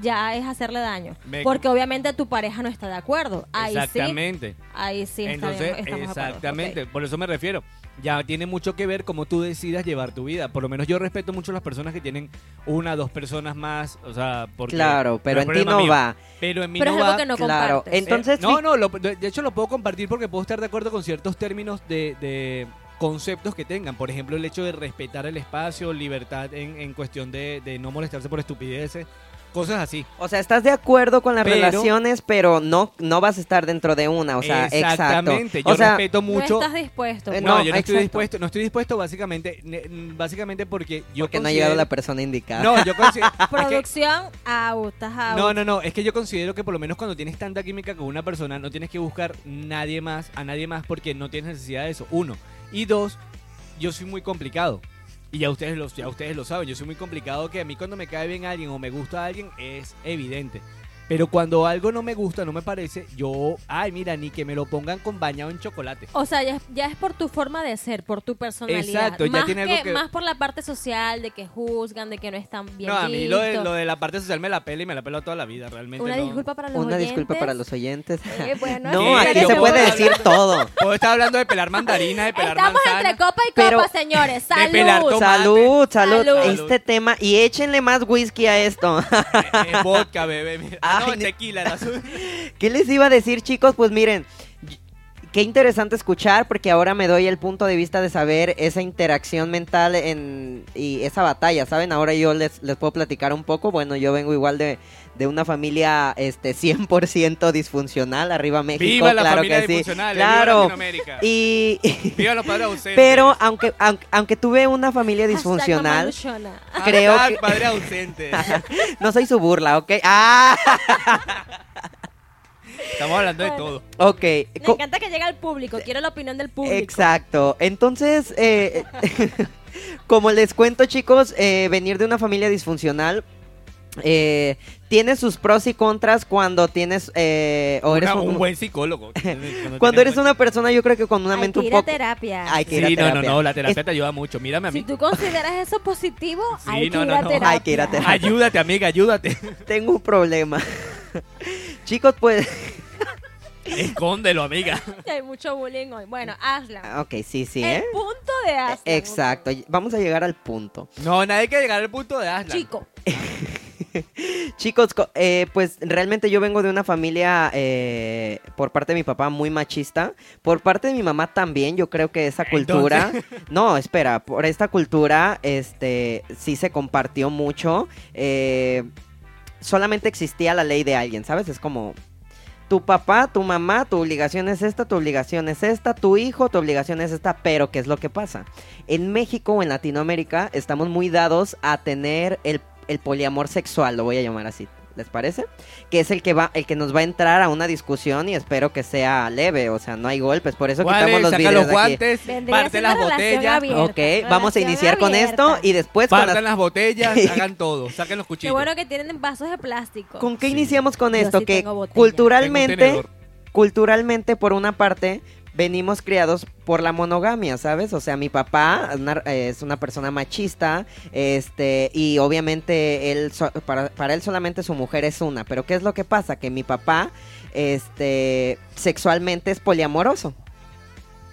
ya es hacerle daño.
Me-
Porque obviamente tu pareja no está de acuerdo. Ahí sí.
exactamente.
Ahí sí está bien,
entonces,
estamos de acuerdo.
exactamente,
Ok.
por eso me refiero. Ya tiene mucho que ver cómo tú decidas llevar tu vida. Por lo menos yo respeto mucho las personas que tienen una, dos personas más, o sea, porque
Claro, pero
es
en ti
problema
no
mío.
va.
Pero en mí
Pero
no
es algo
va.
que no
claro.
compartes.
Entonces,
Eh, no,
fi-
no, lo- de de hecho lo puedo compartir porque puedo estar de acuerdo con ciertos términos de, de conceptos que tengan. Por ejemplo, el hecho de respetar el espacio, libertad en, en cuestión de, de no molestarse por estupideces, cosas así.
o sea, estás de acuerdo con las
Pero-
relaciones, pero no, no vas a estar dentro de una, o sea,
Exactamente,
exacto.
yo
o sea,
respeto mucho.
No estás dispuesto.
Eh,
pues.
no,
no,
yo no estoy
exacto.
dispuesto, no estoy dispuesto básicamente, ne- mm, básicamente porque yo
porque no ha llegado la
considero-
persona indicada.
No, yo
(laughs)
considero es que-
Producción, out, estás out.
No, no, no, es que yo considero que por lo menos cuando tienes tanta química con una persona no tienes que buscar nadie más, a nadie más porque no tienes necesidad de eso, uno. Y dos, yo soy muy complicado. Y ya ustedes, lo, ya ustedes lo saben, yo soy muy complicado que a mí cuando me cae bien alguien o me gusta alguien es evidente. Pero cuando algo no me gusta, no me parece, yo, ay, mira, ni que me lo pongan con bañado en chocolate.
O sea, ya es, ya es por tu forma de ser, por tu personalidad.
Exacto, ya
más
tiene algo que-
Más por la parte social, de que juzgan, de que no están bien
No, a mí lo de,
vistos.
lo de la parte social me la pela y me la pela toda la vida, realmente.
Una
no.
disculpa para los
Una
oyentes.
disculpa para los oyentes.
Eh,
(laughs)
bueno,
No,
¿qué?
aquí
Yo
se
puedo
puede
hablar.
decir todo.
Puedo estar hablando de pelar
(laughs)
mandarinas, de pelar
Estamos entre
manzanas.
copa y copa,
Pero-
señores. Salud.
pelar (laughs) tomate.
Salud, salud,
Salud.
Este tema. Y échenle más whisky a esto. (laughs)
Eh, eh, vodka, bebé. mira. ah,
Ay,
no,
ni-
tequila, el azul.
¿Qué les iba a decir, chicos? Pues miren, y- qué interesante escuchar porque ahora me doy el punto de vista de saber esa interacción mental en, y esa batalla, ¿saben? Ahora yo les, les puedo platicar un poco. Bueno, yo vengo igual de, de una familia este 100% disfuncional, arriba México,
Viva la
claro
familia
que sí.
disfuncional, eh, viva
Claro.
Latinoamérica.
Y (laughs)
Viva los padres ausentes.
pero aunque, aunque aunque tuve una familia
Hashtag mamá
disfuncional, Eh,
luchona.
(laughs) creo
Hashtag
que- (laughs)
padre ausente.
no soy su burla, ¿ok? Ah, (laughs)
Estamos hablando de todo.
ok. Co-
Me
Eh,
encanta que llega al público. Quiero la opinión del público.
Exacto. Entonces, eh, (laughs) como les cuento, chicos, eh, venir de una familia disfuncional. eh, tiene sus pros y contras cuando tienes eh, o eres
Una-
un-
un buen psicólogo.
(laughs)
Cuando,
cuando eres
tenemos-
una persona yo creo que con una
Hay
mente
que
un
ir a
poco
terapia.
hay que ir a
Sí, no, no,
terapia.
no, la terapia
Es-
te ayuda mucho. Mírame a
Si
mí.
tú consideras eso positivo,
Sí,
hay que
no,
ir
no,
a
no.
terapia.
Hay que ir a terapia.
(laughs) Ayúdate, amiga, ayúdate. (laughs)
tengo un problema (laughs) chicos pues (laughs)
Escóndelo, amiga.
(laughs) Hay mucho bullying hoy. Bueno, hazla.
ok sí sí
El
¿eh?
punto de hazla.
exacto vamos a llegar al punto
No, nadie que llegar al punto de hazla.
Chico.
Chicos, co- eh, pues realmente yo vengo de una familia eh, por parte de mi papá muy machista, por parte de mi mamá también, yo creo que esa cultura, no, espera, por esta cultura, este, sí se compartió mucho, eh, solamente existía la ley de alguien, ¿sabes? Es como... Tu papá, tu mamá, tu obligación es esta, tu obligación es esta, tu hijo, tu obligación es esta, pero ¿qué es lo que pasa? en México o en Latinoamérica estamos muy dados a tener el, el poliamor sexual, lo voy a llamar así. ¿Les parece? Que es el que va, el que nos va a entrar a una discusión y espero que sea leve, o sea, no hay golpes, por eso
¿Cuál
quitamos
es?
los
Saca
vidrios
los
de
guantes,
Vendría
parte
siendo
las
relación
botellas,
aquí.
abierta,
Ok, vamos a
relación
iniciar con
abierta.
esto y después con,
partan
las- (laughs)
las botellas, hagan todo, saquen los
Qué
cuchillos.
bueno que tienen vasos de plástico.
¿con qué
Sí.
iniciamos con
Yo
esto?
sí
que
tengo botella.
Tengo un
culturalmente,
tenedor.
culturalmente, por una parte, venimos criados por la monogamia, ¿sabes? O sea, mi papá nar- eh, es una persona machista, este, y obviamente él so- para, para él solamente su mujer es una. Pero ¿qué es lo que pasa? Que mi papá, este, sexualmente es poliamoroso.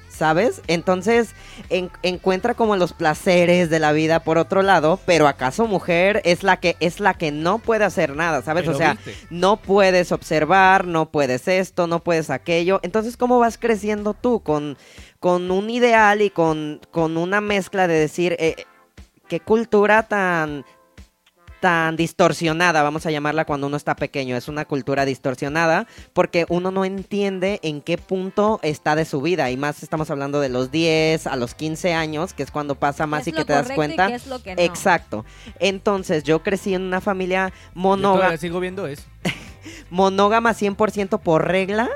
¿Sabes? Entonces en- encuentra como los placeres de la vida por otro lado, pero acaso mujer es la que es la que no puede hacer nada, ¿sabes?
¿Me
O
lo
sea,
viste?
no puedes observar, no puedes esto, no puedes aquello. Entonces, ¿cómo vas creciendo tú con, con un ideal y con, con una mezcla de decir, eh, qué cultura tan tan distorsionada, vamos a llamarla cuando uno está pequeño, es una cultura distorsionada porque uno no entiende en qué punto está de su vida y más estamos hablando de los 10 a los 15 años, que es cuando pasa
¿Qué
más y
es
que
lo
te das
correcto y
cuenta.
qué es lo que no?
Exacto. Entonces, yo crecí en una familia
Yo
monógama
todavía sigo viendo eso.
monógama 100% por regla,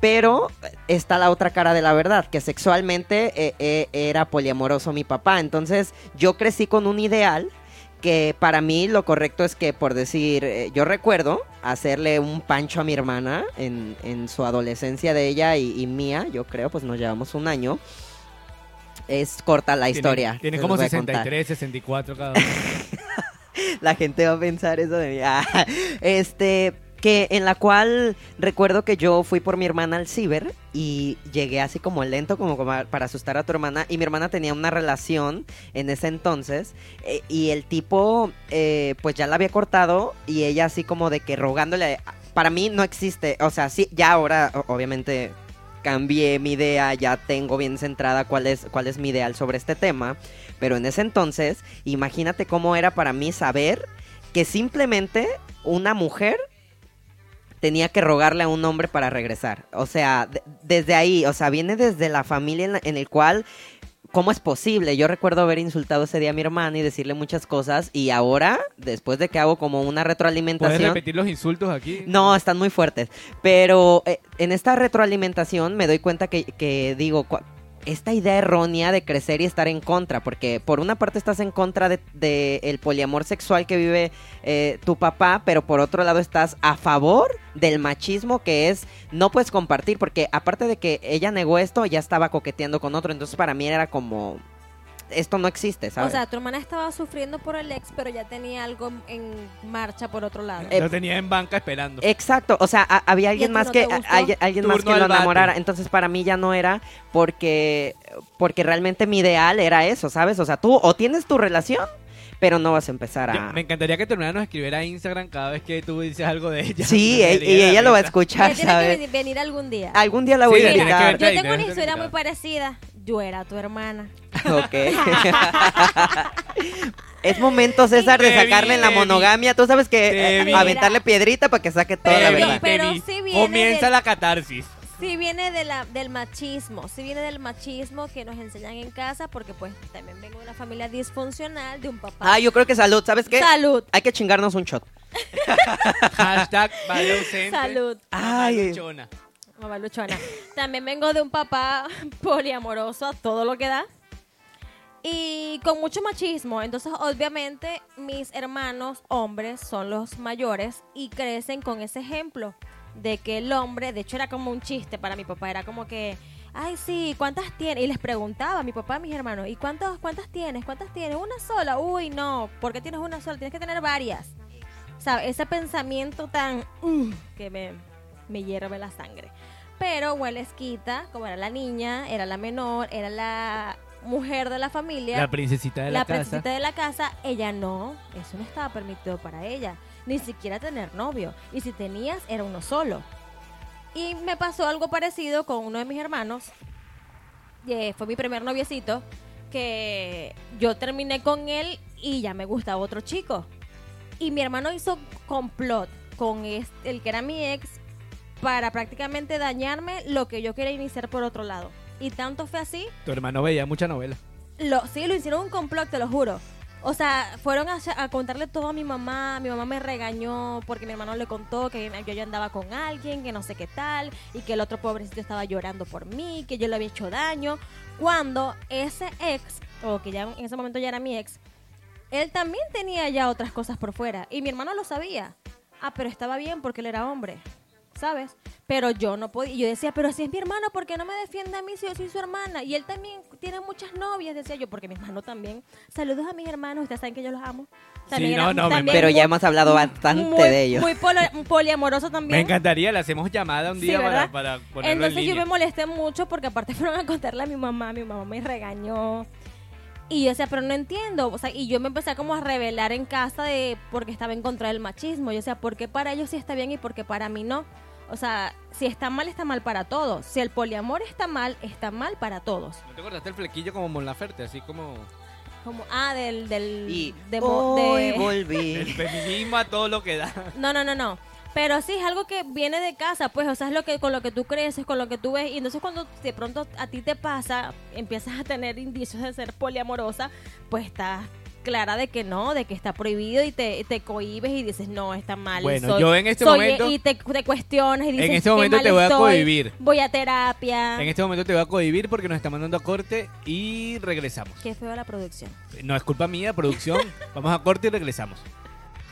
pero está la otra cara de la verdad, que sexualmente eh, eh, era poliamoroso mi papá. Entonces yo crecí con un ideal que para mí lo correcto es que, por decir, eh, yo recuerdo hacerle un pancho a mi hermana en, en su adolescencia de ella y, y mía, yo creo, pues nos llevamos un año. Es corta la
Tiene-
historia.
Tiene,
se los
como
voy a contar.
63,
(laughs)
64 cada uno.
La gente va a pensar eso de mí. Ah, este, que en la cual recuerdo que yo fui por mi hermana al ciber y llegué así como lento, como como a- para asustar a tu hermana. Y mi hermana tenía una relación en ese entonces eh, y el tipo, eh, pues ya la había cortado y ella así como de que rogándole. Para mí no existe, o sea, sí, ya ahora o- obviamente cambié mi idea, ya tengo bien centrada cuál es, cuál es mi ideal sobre este tema. Pero en ese entonces, imagínate cómo era para mí saber que simplemente una mujer tenía que rogarle a un hombre para regresar. O sea, de- desde ahí, o sea, viene desde la familia en, la- en el cual... ¿Cómo es posible? Yo recuerdo haber insultado ese día a mi hermana y decirle muchas cosas y ahora, después de que hago como una
¿Puedes
retroalimentación...
repetir los insultos aquí?
No, están muy fuertes. Pero eh, en esta retroalimentación me doy cuenta que, que digo, cua- esta idea errónea de crecer y estar en contra, porque por una parte estás en contra del de, el poliamor sexual que vive eh, tu papá, pero por otro lado estás a favor del machismo que es no puedes compartir, porque aparte de que ella negó esto, ya estaba coqueteando con otro, entonces para mí era como esto no existe, ¿sabes?
O sea, tu hermana estaba sufriendo por el ex, pero ya tenía algo en marcha por otro lado.
Eh,
Lo tenía en banca esperando.
Exacto, o sea, a- había alguien
tú
más
no
que
te gustó?
a- alguien- alguien más
Turno
que lo
al bate.
enamorara, entonces para mí ya no era porque porque realmente mi ideal era eso, ¿sabes? O sea, tú o tienes tu relación, pero no vas a empezar
Yo-
a
me encantaría que tu hermana nos escribiera a Instagram cada vez que tú dices algo de ella. (laughs)
Sí,
Me
e-
moriría
y
de
ella lo va a
risa.
escuchar,
Ella tiene que
¿sabes?
veni- venir algún día.
Algún día la
Sí,
voy
la
a
tiene que
invitar.
ver.
Yo
Ahorita
tengo
ahí,
una
ahorita
historia muy
invitado.
parecida. Yo era tu hermana.
(laughs) Ok. (laughs) Es momento, César, de
Te vi,
sacarle en la
te vi.
monogamia. Tú sabes
Te
que eh,
vi.
aventarle piedrita para que saque toda la
Te vi,
verdad.
te
Pero
vi.
sí viene
Comienza
del-
la
(laughs)
catarsis.
Sí viene de la, del machismo, sí viene del machismo que nos enseñan en casa, porque pues también vengo de una familia disfuncional, de un papá.
Ah, yo creo que salud. ¿Sabes qué?
Salud.
Hay que chingarnos un shot.
Hashtag vale ausente. eh.
Salud.
Mamá
Ay. eh.
luchona.
Mamá luchona. También vengo de un papá (laughs) poliamoroso a todo lo que da. Y con mucho machismo. Entonces, obviamente, mis hermanos hombres son los mayores y crecen con ese ejemplo de que el hombre, de hecho era como un chiste para mi papá, era como que, ay, sí, ¿cuántas tienes? Y les preguntaba a mi papá, a mis hermanos, ¿y cuántas, cuántas tienes? ¿Cuántas tienes? ¿Una sola? Uy, no, ¿por qué tienes una sola? Tienes que tener varias. O sea, ese pensamiento tan "Uh", que me, me hierve la sangre. Pero Huelesquita, como era la niña, era la menor, era la mujer de la familia,
La princesita de la,
la
casa.
princesita de la casa, ella no, eso no estaba permitido para ella, ni siquiera tener novio, y si tenías era uno solo. Y me pasó algo parecido con uno de mis hermanos, eh, fue mi primer noviecito, que yo terminé con él y ya me gustaba otro chico. Y mi hermano hizo complot con es- el que era mi ex para prácticamente dañarme lo que yo quería iniciar por otro lado. Y tanto fue así
Tu hermano veía mucha novela.
lo, sí, lo hicieron un complot, te lo juro. O sea, fueron a, a contarle todo a mi mamá. Mi mamá me regañó porque mi hermano le contó que yo ya andaba con alguien, que no sé qué tal, y que el otro pobrecito estaba llorando por mí, que yo le había hecho daño. Cuando ese ex, o que ya en ese momento ya era mi ex, él también tenía ya otras cosas por fuera. Y mi hermano lo sabía. Ah, pero estaba bien porque él era hombre, ¿sabes? Pero yo no podía. y Yo decía, pero si es mi hermano, ¿por qué no me defiende a mí si yo soy su hermana? Y él también tiene muchas novias, decía yo, porque mi hermano también. Saludos a mis hermanos, ustedes saben que yo los amo.
Sí, no, no, me-
también
Pero
muy-
ya hemos hablado bastante
muy-
de ello.
Muy polo- poliamoroso
Me
también.
encantaría, le hacemos llamada un
Sí,
día para,
¿verdad?
para ponerlo
Entonces
en
yo
línea.
me molesté mucho porque aparte (laughs) fueron a contarle a mi mamá, mi mamá me regañó. Y yo decía, pero no entiendo. O sea, y yo me empecé como a revelar en casa de porque estaba en contra del machismo. Yo decía, ¿por qué para ellos sí está bien y por qué para mí no? O sea, si está mal, está mal para todos. Si el poliamor está mal, está mal para todos.
¿No te acordaste el flequillo como Mon Laferte? Así como
Como, ah, del... del
Y
de mo-
hoy
de-
el
volví.
feminismo a todo lo que da.
No, no, no, no. Pero sí es algo que viene de casa, pues, o sea, es lo que con lo que tú creces, con lo que tú ves, y entonces cuando de pronto a ti te pasa, empiezas a tener indicios de ser poliamorosa, pues estás clara de que no, de que está prohibido y te, te cohibes y dices, no, está mal.
Bueno,
soy-
yo en este
soy-
momento-
Y te, te cuestionas y dices,
este
"Qué
momento
mal
te voy a
estoy,
cohibir".
Voy a terapia.
En este momento te voy a cohibir porque nos está mandando a corte y regresamos.
Qué feo la producción.
No es culpa mía,
(laughs)
producción. Vamos a corte y regresamos.
(laughs)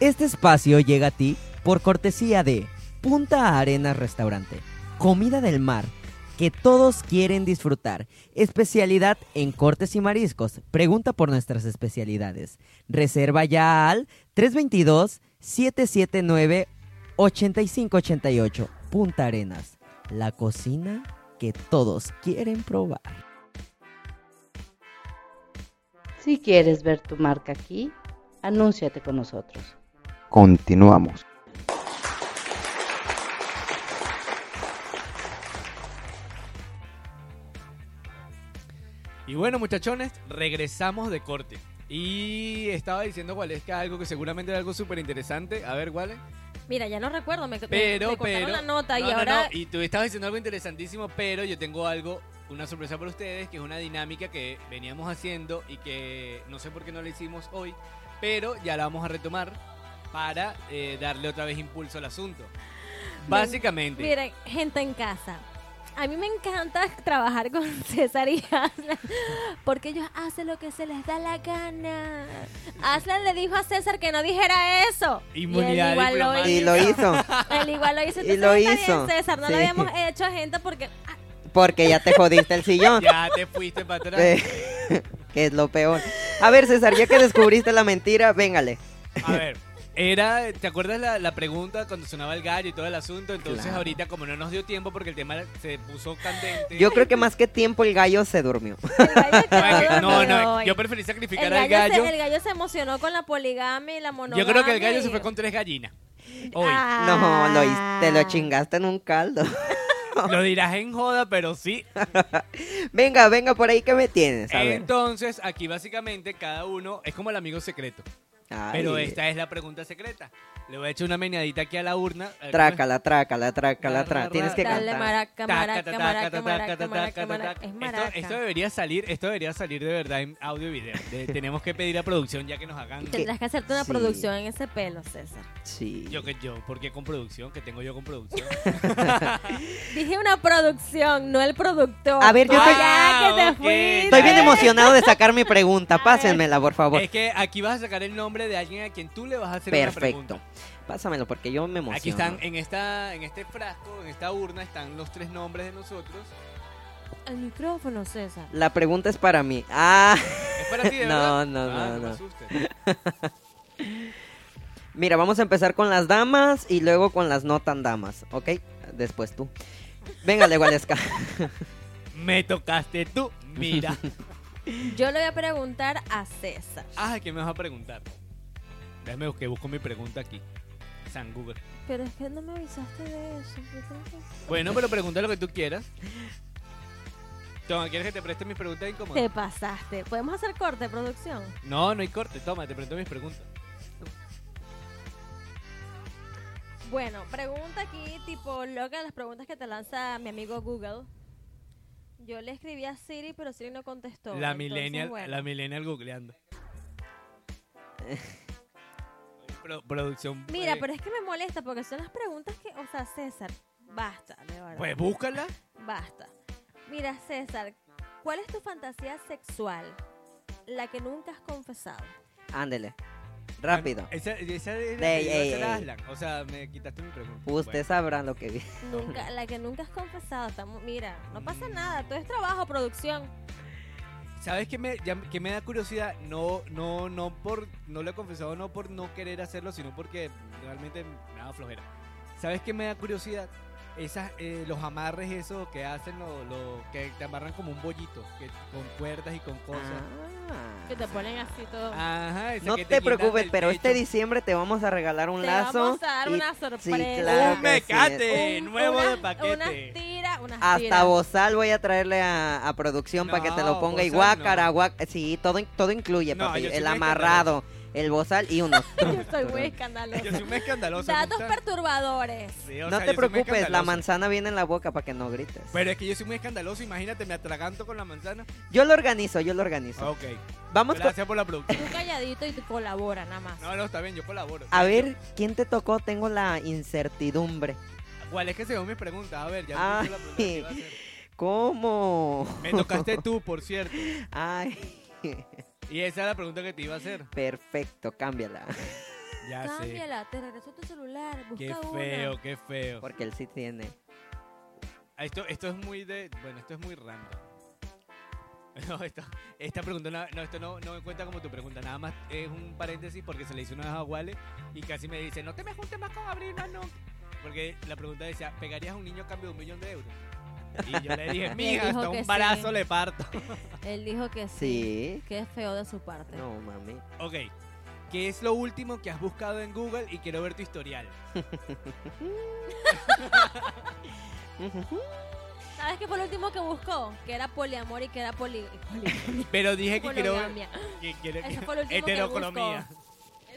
Este espacio llega a ti por cortesía de Punta Arenas Restaurante. Comida del mar que todos quieren disfrutar. Especialidad en cortes y mariscos. Pregunta por nuestras especialidades. Reserva ya al 322-779-8588. Punta Arenas. La cocina que todos quieren probar.
Si quieres ver tu marca aquí, anúnciate con nosotros.
Continuamos.
Y bueno, muchachones, regresamos de corte. Y estaba diciendo Waleska algo que seguramente era algo súper interesante. A ver, Wale.
Mira, ya no recuerdo, me, me-
Pero,
me cortaron
pero.
la nota
No,
y
no,
ahora...
no, Y tú estabas diciendo algo interesantísimo, pero yo tengo algo, una sorpresa para ustedes, que es una dinámica que veníamos haciendo y que no sé por qué no la hicimos hoy, pero ya la vamos a retomar para eh, darle otra vez impulso al asunto. Básicamente,
Miren, gente en casa, A mí me encanta (laughs) trabajar con César y Aslan porque ellos hacen lo que se les da la gana. Aslan le dijo a César que no dijera eso.
Inmunidad
y él igual lo
diplomática.
hizo.
Y lo hizo.
(laughs) Él igual lo hizo.
Y lo
Entonces, está
hizo.
bien, César, no
Sí.
lo habíamos hecho, gente, porque ah,
Porque ya te jodiste el sillón.
Ya te fuiste
(laughs)
para atrás.
Eh, que es lo peor. A ver, César,
(laughs)
ya que descubriste la mentira, véngale.
A ver, era, ¿te acuerdas la, la pregunta cuando sonaba el gallo y todo el asunto? Entonces
Claro.
ahorita como no nos dio tiempo porque el tema se puso candente.
Yo creo que más que tiempo el gallo se durmió. (laughs)
el gallo quedó
Bueno, no, no,
(laughs) dormido.
yo preferí sacrificar
el
al
gallo,
gallo.
Se, el gallo se emocionó con la poligamia y la monogamia.
Yo creo que el gallo se
y-
fue con tres gallinas. Hoy.
No, lo, his-
Ah.
te lo chingaste en un caldo. (laughs)
Lo dirás en joda, pero sí.
Venga, venga, por ahí que me tienes. A ver.
Entonces, aquí básicamente cada uno es como el amigo secreto.
Ay,
Pero esta es la pregunta secreta. Le voy a echar una meneadita aquí a la urna. A ver,
Trácala, trácala, trácala,
Ra, ra,
trácala.
ra.
Tienes que
Dale
cantar.
maraca,
Taca,
maraca,
taca,
maraca,
taca,
maraca,
taca,
maraca,
taca,
maraca.
taca.
Es
Esto-
maraca.
Esto debería salir, esto debería salir de verdad en audio y video. De- tenemos que pedir a producción ya que nos hagan
Tendrás que hacerte una
Sí.
producción en ese pelo, César.
Sí.
yo que yo, porque con producción, que tengo yo con producción.
Dije una producción, no el productor.
A ver, yo
Ah,
estoy-
ya que te
ok.
fuiste.
Estoy bien emocionado de sacar mi
(laughs)
pregunta. Pásenmela, por favor.
es que aquí vas a sacar el nombre de alguien a quien tú le vas a hacer una
Perfecto.
pregunta.
Pásamelo porque yo me emociono.
Aquí están en esta en este frasco, en esta urna están los tres nombres de nosotros.
El micrófono, César.
La pregunta es para mí. Ah, (laughs)
Es para ti, de
No,
verdad.
no,
Ah,
no,
me
no.
asustes.
mira, vamos a empezar con las damas y luego con las no tan damas, ¿ok? Después tú. Véngale, Gualesca.
Me tocaste tú.
(laughs)
Mira.
Yo le voy a preguntar a César.
Ah, ¿qué me vas a preguntar? Déjame que busco mi pregunta aquí. San Google.
Pero es que no me avisaste de eso. Yo tengo que-
Bueno, pero pregunta lo que tú quieras. Toma, ¿quieres que te preste mis preguntas incómodas?
Te pasaste. ¿Podemos hacer corte, producción?
No, no hay corte. Toma, te presto mis preguntas.
Bueno, pregunta aquí, tipo loca, las preguntas que te lanza mi amigo Google. Yo le escribí a Siri, pero Siri no contestó.
la
entonces,
millennial,
bueno.
la millennial
(laughs)
googleando. Pro- producción.
Mira,
eh,
pero es que me molesta porque son las preguntas que, o sea, César, basta, de verdad.
Pues búscala.
Basta. Mira, César, ¿cuál es tu fantasía sexual? La que nunca has confesado.
Ándele. Rápido.
Esa, esa es la
Ey,
que iba a
ey,
hacer
ey.
Aslan. O sea, me quitaste mi pregunta.
Usted
Bueno.
sabrá lo que vi.
(laughs)
Nunca, la que nunca has confesado. Estamos, mira, no pasa nada, todo es trabajo, producción.
¿Sabes qué me, ya- qué me da curiosidad? No, no, no por, no lo he confesado, no por no querer hacerlo, sino porque realmente me da flojera. ¿Sabes qué me da curiosidad? Esas, eh, los amarres esos que hacen, lo, lo- que te amarran como un bollito, que, con cuerdas y con cosas.
Ah.
Que te ponen así todo.
Ah, Ajá, esa
No
que
te
guindan
preocupes,
del
pero este
techo.
diciembre te vamos a regalar un
Te
lazo.
vamos a dar
y-
una sorpresa.
claro
Un
que sí. eh,
mecate eh, nuevo de
unas-
paquete.
Unas tiras, unas
Hasta
tiras.
bozal voy a traerle a, a producción para que te lo
No,
ponga. Y
bozal
guácara,
no.
guá- Sí, todo, in- todo incluye,
No,
papi.
yo soy
el
muy
amarrado, el bozal y uno.
(laughs) Yo soy muy escandalosa.
Yo soy un escandaloso. me
Datos
gusta-
perturbadores.
Sí, o
no te
sea, yo soy muy
preocupes, la
escandaloso.
manzana viene en la boca para que no grites.
Pero es que yo soy muy escandaloso, imagínate, me atraganto con la manzana.
Yo lo organizo, yo lo organizo.
Ok,
Vamos con-
Oh, gracias por la producción.
Tú calladito y tú colabora nada más.
No, no, está bien, yo colaboro.
A ver, ¿quién te tocó? Tengo la incertidumbre.
¿Cuál es que se dio mis preguntas? A ver, ya
Ay.
me hizo la pregunta que iba a hacer.
(laughs)
¿Cómo?
Me tocaste tú, por cierto.
Ay,
Y esa era la pregunta que te iba a hacer.
perfecto, cámbiala.
Ya sé.
Cámbiala, te regreso tu celular, busca
Qué
una.
feo, qué feo.
Porque él sí tiene.
Esto, esto es muy de. Bueno, esto es muy random. (laughs) No, esto, esta pregunta no, no, esto no, no me cuenta como tu pregunta, nada más es un paréntesis porque se le hizo una vez a Wale y casi me dice, no te me juntes más con Abril, más nunca". Porque la pregunta decía, ¿pegarías a un niño a cambio de un millón de euros? Y yo le
(laughs)
dije, mija,
dijo
hasta
que
un barazo
sí.
le parto.
Él dijo que sí.
Sí.
Que es feo de su parte.
No, mami.
Ok. ¿Qué es lo último que has buscado en Google y quiero ver tu historial?
¿Sabes qué fue lo último que buscó? Que era poliamor y que
(laughs)
era poli... poli-
Pero dije que quiero ver.
poligamia.
Que quiero,
Eso fue lo último que
heterocolomía.
buscó.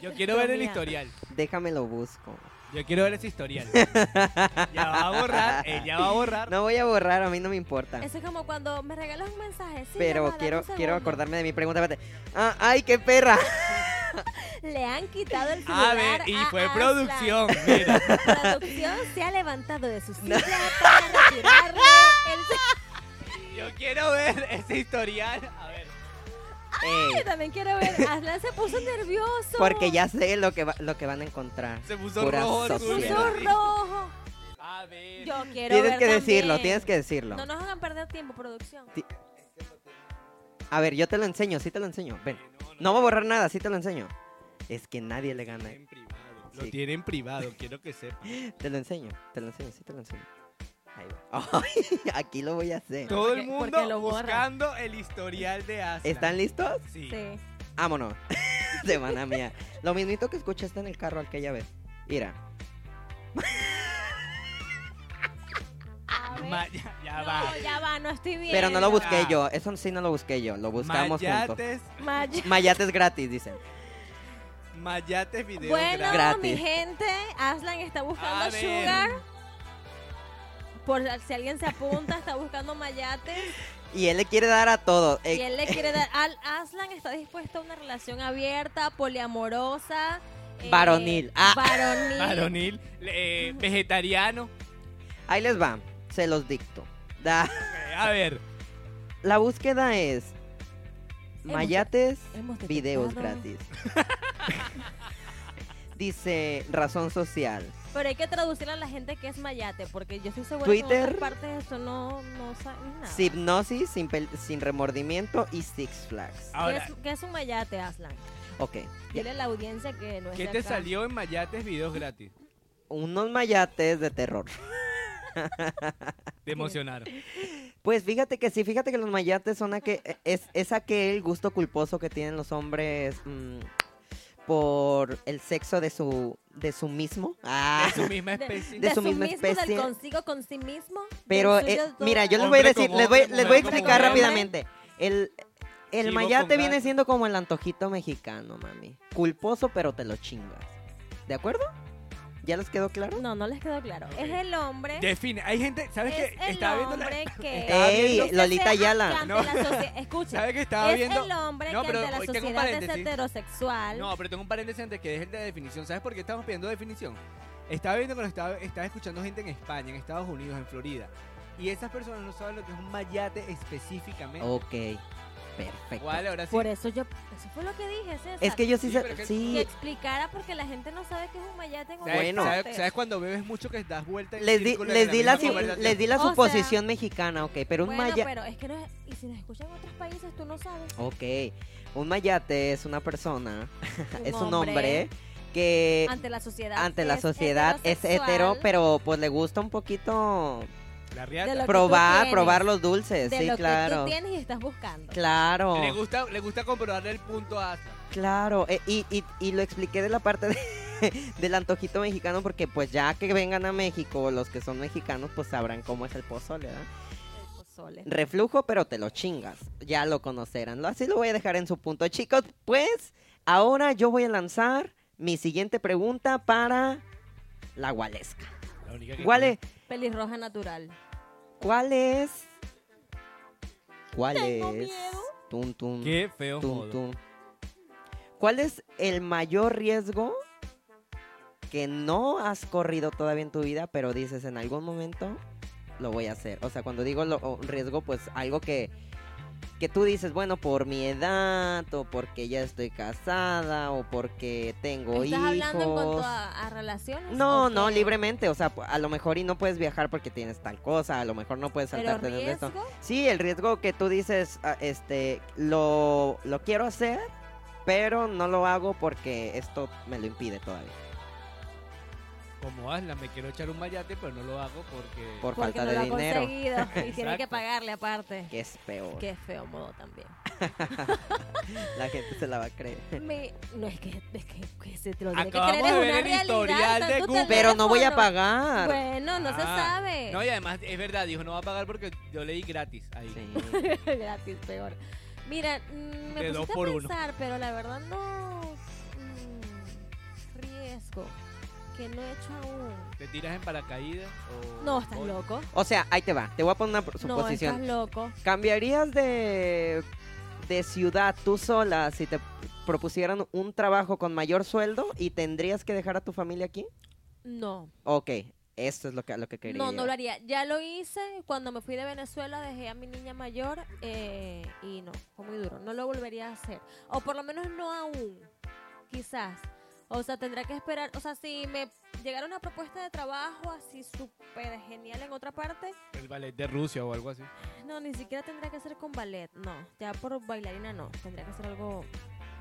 Yo quiero ver el
Heterocolomía.
historial.
Déjame lo busco.
Yo quiero ver ese
(laughs)
historial. ya va a borrar. Ella va a borrar.
No voy a borrar, a mí no me importa.
Eso es como cuando me regalas un mensaje. Sí,
Pero
llamada,
quiero,
un segundo.
quiero acordarme de mi pregunta. espérate. Ah, ¡Ay, qué perra!
Le han quitado el
(laughs)
celular.
A ver, y
a
fue
Aslan. (laughs)
producción. Mira.
Producción se ha levantado de su silla para retirarle
(laughs)
Yo quiero ver ese historial. A ver.
Yo también quiero ver. Aslan se puso nervioso.
Porque ya sé lo que, va- lo que van a encontrar.
Se puso
Pura
rojo, azul.
se
sociedad.
puso rojo.
A ver.
Yo quiero
Tienes
ver
que decirlo,
también.
tienes que decirlo.
No nos hagan perder tiempo, producción.
Ti- A ver, yo te lo enseño, sí te lo enseño. Ven. No voy a borrar nada, sí te lo enseño. Es que nadie le gana.
Tienen privado. Lo
Sí.
tienen privado, quiero que sepa.
Te lo enseño, te lo enseño, sí te lo enseño. Ahí va. (laughs) Ay, aquí lo voy a hacer.
Todo el
Porque-
mundo
porque lo borra.
buscando el historial de Aslan.
¿Están listos?
Sí.
Sí.
Vámonos. (laughs) Semana mía. Lo mismito que escuchaste en el carro aquella vez. Mira.
A ver.
Ah, Ma- ya, ya
no,
va.
ya va, no estoy bien.
Pero no lo
busca.
busqué yo. Eso sí no lo busqué yo. Lo buscamos juntos.
Mayates,
Maya-
Mayates gratis, dicen.
Mayates video
Bueno,
gratis.
Gratis.
mi gente, Aslan está
A
buscando
ver.
Sugar. Por si alguien se apunta, está buscando Mayates.
Y él le quiere dar a todo. Eh,
Y él le quiere dar. Al Aslan está dispuesto a una relación abierta, poliamorosa. eh,
Varonil. Ah.
Varonil.
Varonil, eh, vegetariano.
Ahí les va. Se los dicto. Da-
Eh, A ver,
La búsqueda es
Hemos-
Mayates
hemos detectado-
videos gratis. (laughs) Dice razón social.
Pero hay que traducirle a la gente que es Mayate, porque yo estoy segura que en
Twitter.
otras partes eso no, no saben nada.
Hipnosis sin, pel- sin remordimiento y Six Flags.
¿Qué
ahora,
es, qué es un Mayate, Aslan?
Ok.
Dile a la audiencia que no es
¿qué
de
te
acá.
salió en Mayates videos gratis?
Unos mayates de terror.
Te
(laughs)
emocionaron.
Pues fíjate que sí, fíjate que los mayates son aquel, es, es aquel gusto culposo que tienen los hombres mm, por el sexo de su, de su mismo. Ah,
(laughs) Es su misma
de,
especie.
de
de
su
su
misma
mismo,
especie.
del consigo con sí mismo. del
pero
suyo
eh,
de todo.
mira, yo les voy a
Hombre
decir,
como
les voy,
hombre,
les voy a
mujer como
explicar
hombre.
rápidamente. El, el
Chivo
mayate
con
viene
gato.
siendo como el antojito mexicano, mami. Culposo, pero te lo chingas. ¿De acuerdo? ¿Ya les quedó claro?
No, no les quedó claro.
Ok.
Es el hombre.
Define, hay gente, ¿sabes
es
qué?
el
Estaba viendo la-
hombre que.
(laughs) Estaba
Ey,
viendo-
que se
Lolita
hace
Ayala.
ante
No. (laughs)
la socie- Escucha.
¿Sabes qué estaba
es
viendo?
el hombre
No,
que
pero
ante la
hoy tengo un
sociedad es
paréntesis.
heterosexual.
No, pues pero tengo un paréntesis antes que dejen la definición. ¿Sabes por qué estamos pidiendo definición? Estaba viendo cuando estaba, estaba escuchando gente en España, en Estados Unidos, en Florida. Y esas personas no saben lo que es un mayate específicamente.
Ok, perfecto.
Vale, ahora sí.
Por eso yo. Eso fue lo que dije, César.
Es que yo sí,
Sí,
sé-
pero que-
sí,
Que explicara porque la gente no sabe qué es un mayate en
¿Sabes,
otras
Bueno.
¿sabes,
partes.
sabes cuando bebes mucho que das vuelta en
Les di,
círculo
les
en
di la,
misma
su-
conversación?
les di la
O sea-
suposición mexicana, ok, pero un
Bueno,
maya...
pero es que no es- Y si nos escuchan en otros países, tú no sabes.
Ok, un mayate es una persona, es un hombre que
Ante la sociedad.
ante la
es
sociedad es hetero,
heterosexual,
pero pues le gusta un poquito
La
de
riata.
lo que tú
probar,
tienes,
probar los dulces,
de
sí,
lo
claro.
que tú tienes y estás buscando.
Claro,
Le gusta, le gusta comprobarle el punto a Asa.
claro, eh, y, y- y lo expliqué de la parte de- (laughs) del antojito mexicano porque pues ya que vengan a México los que son mexicanos pues sabrán cómo es el pozole, ¿verdad?
El pozole.
reflujo, pero te lo chingas. Ya lo conocerán. Lo- Así lo voy a dejar en su punto. Chicos, pues ahora yo voy a lanzar mi siguiente pregunta para la Gualesca.
La única que-
Guale,
Pelirroja natural.
¿cuál es? ¿Cuál
Tengo
es?
miedo.
Tum, tum,
Qué feo
tum,
modo.
tum. ¿Cuál es el mayor riesgo que no has corrido todavía en tu vida, pero dices en algún momento lo voy a hacer? O sea, cuando digo lo- o riesgo, pues algo que, que tú dices, bueno, por mi edad, o porque ya estoy casada, o porque tengo
¿Estás
hijos.
hablando en cuanto a, a relaciones?
No,
¿O
no,
qué?
libremente, o sea, a lo mejor y no puedes viajar porque tienes tal cosa, a lo mejor no puedes
Pero
saltarte de esto.
riesgo,
Sí, el riesgo que tú dices, ah, este, lo, lo quiero hacer, pero no lo hago porque esto me lo impide todavía,
Como Asla, me quiero echar un mayate, pero no lo hago porque.
por
porque
falta
no
de
lo ha
dinero,
conseguido y tiene que
Exacto.
pagarle aparte.
que es peor.
Qué feo modo
(laughs)
también.
La gente se la va a
(laughs)
creer.
Me- no es que, es que, que se te lo tiene que
Acabamos de
creer, es
ver
una
el
realidad,
historial
está
de
en tu
Google.
Pero no voy a
teléfono.
pagar.
Bueno, no se
Ah,
sabe. (laughs)
No, y además es verdad, dijo, no va a pagar porque yo leí gratis ahí.
Sí.
Gratis, peor. Mira, mm, me
De dos
pusiste
por
a
uno.
pensar, pero la verdad no. mm, riesgo. Que no he hecho aún.
¿Te tiras en paracaídas? O...
No, estás
o-
loco.
O sea, ahí te va, te voy a poner una pro-
No, estás
suposición.
loco.
¿Cambiarías de, de ciudad tú sola si te propusieran un trabajo con mayor sueldo y tendrías que dejar a tu familia aquí?
No.
Ok, Esto es lo que, lo que quería.
No, no lo haría. Ya lo hice cuando me fui de Venezuela, dejé a mi niña mayor eh, y no, fue muy duro. No lo volvería a hacer. O por lo menos no aún, quizás. O sea, tendría que esperar. O sea, si me llegara una propuesta de trabajo así súper genial en otra parte,
El ballet de Rusia o algo así.
no, ni siquiera tendría que ser con ballet. No, ya por bailarina no. Tendría que ser algo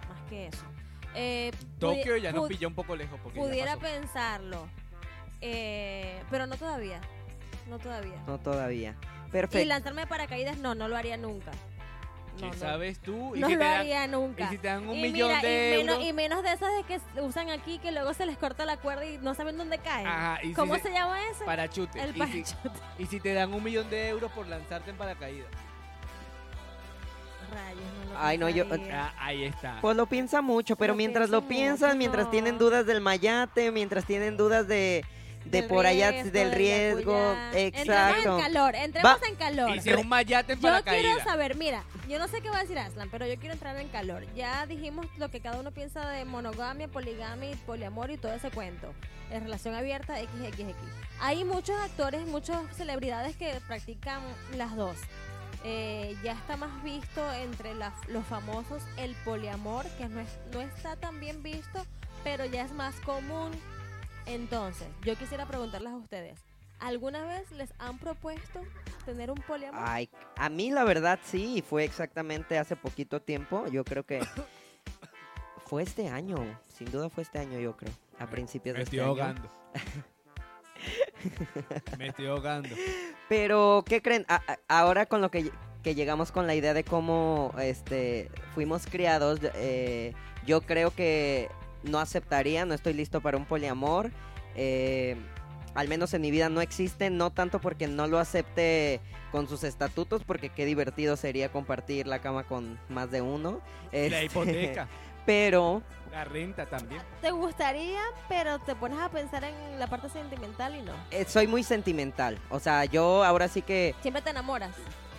más que eso. Eh,
Tokio
pudi-
ya nos
pud-
pilló un poco lejos porque ya
Pudiera
pasó.
pensarlo. Eh, pero no todavía. No todavía.
No todavía.
Y
Perfecto.
lanzarme de paracaídas, no, no lo haría nunca. No,
¿Qué
no.
sabes tú? ¿Y
No
si
lo
te dan-
haría
y
nunca.
si te dan un
Y
millón
mira,
de
y menos,
euros?
y menos de esas de que s- usan aquí que luego se les corta la cuerda y no saben dónde caen.
Ajá, y si
¿Cómo
se-
se, llama ese?
Parachute.
El
y, si,
parachute.
y si te dan un millón de euros por lanzarte en paracaídas.
(laughs) Rayos, no lo
Ay, no, yo-
pensaría.
Ah, ahí está.
Pues lo piensa mucho, pero
Lo
mientras
piensa
lo piensan,
mucho.
mientras tienen dudas del mayate, mientras tienen dudas de, de
Del
por allá,
riesgo,
del
de
riesgo,
Yakuyá.
exacto.
Entremos en calor, entremos
Va-
en calor.
Y si es un mayate en
Yo quiero
paracaídas.
saber, mira, yo no sé qué va a decir Aslan, pero yo quiero entrar en calor. Ya dijimos lo que cada uno piensa de monogamia, poligamia, poliamor y todo ese cuento. En relación abierta, XXX. Hay muchos actores, muchas celebridades que practican las dos. Eh, ya está más visto entre las- los famosos el poliamor, que no, es- no está tan bien visto, pero ya es más común. Entonces, yo quisiera preguntarles a ustedes, ¿alguna vez les han propuesto tener un poliamor?
Ay, a mí la verdad sí, y fue exactamente hace poquito tiempo, yo creo que fue este año, sin duda fue este año yo creo, a principios
Me
de
estoy
este año.
ahogando. Me estoy ahogando.
Pero, ¿qué creen? A- a- ahora con lo que, que llegamos con la idea de cómo este, fuimos criados, eh, yo creo que no aceptaría, no estoy listo para un poliamor. eh, al menos en mi vida no existe, no tanto porque no lo acepte con sus estatutos, porque qué divertido sería compartir la cama con más de uno.
La
este,
hipoteca,
(laughs) Pero
la renta también.
Te gustaría, pero te pones a pensar en la parte sentimental y no.
eh, soy muy sentimental. O sea, yo ahora sí que
Siempre te enamoras.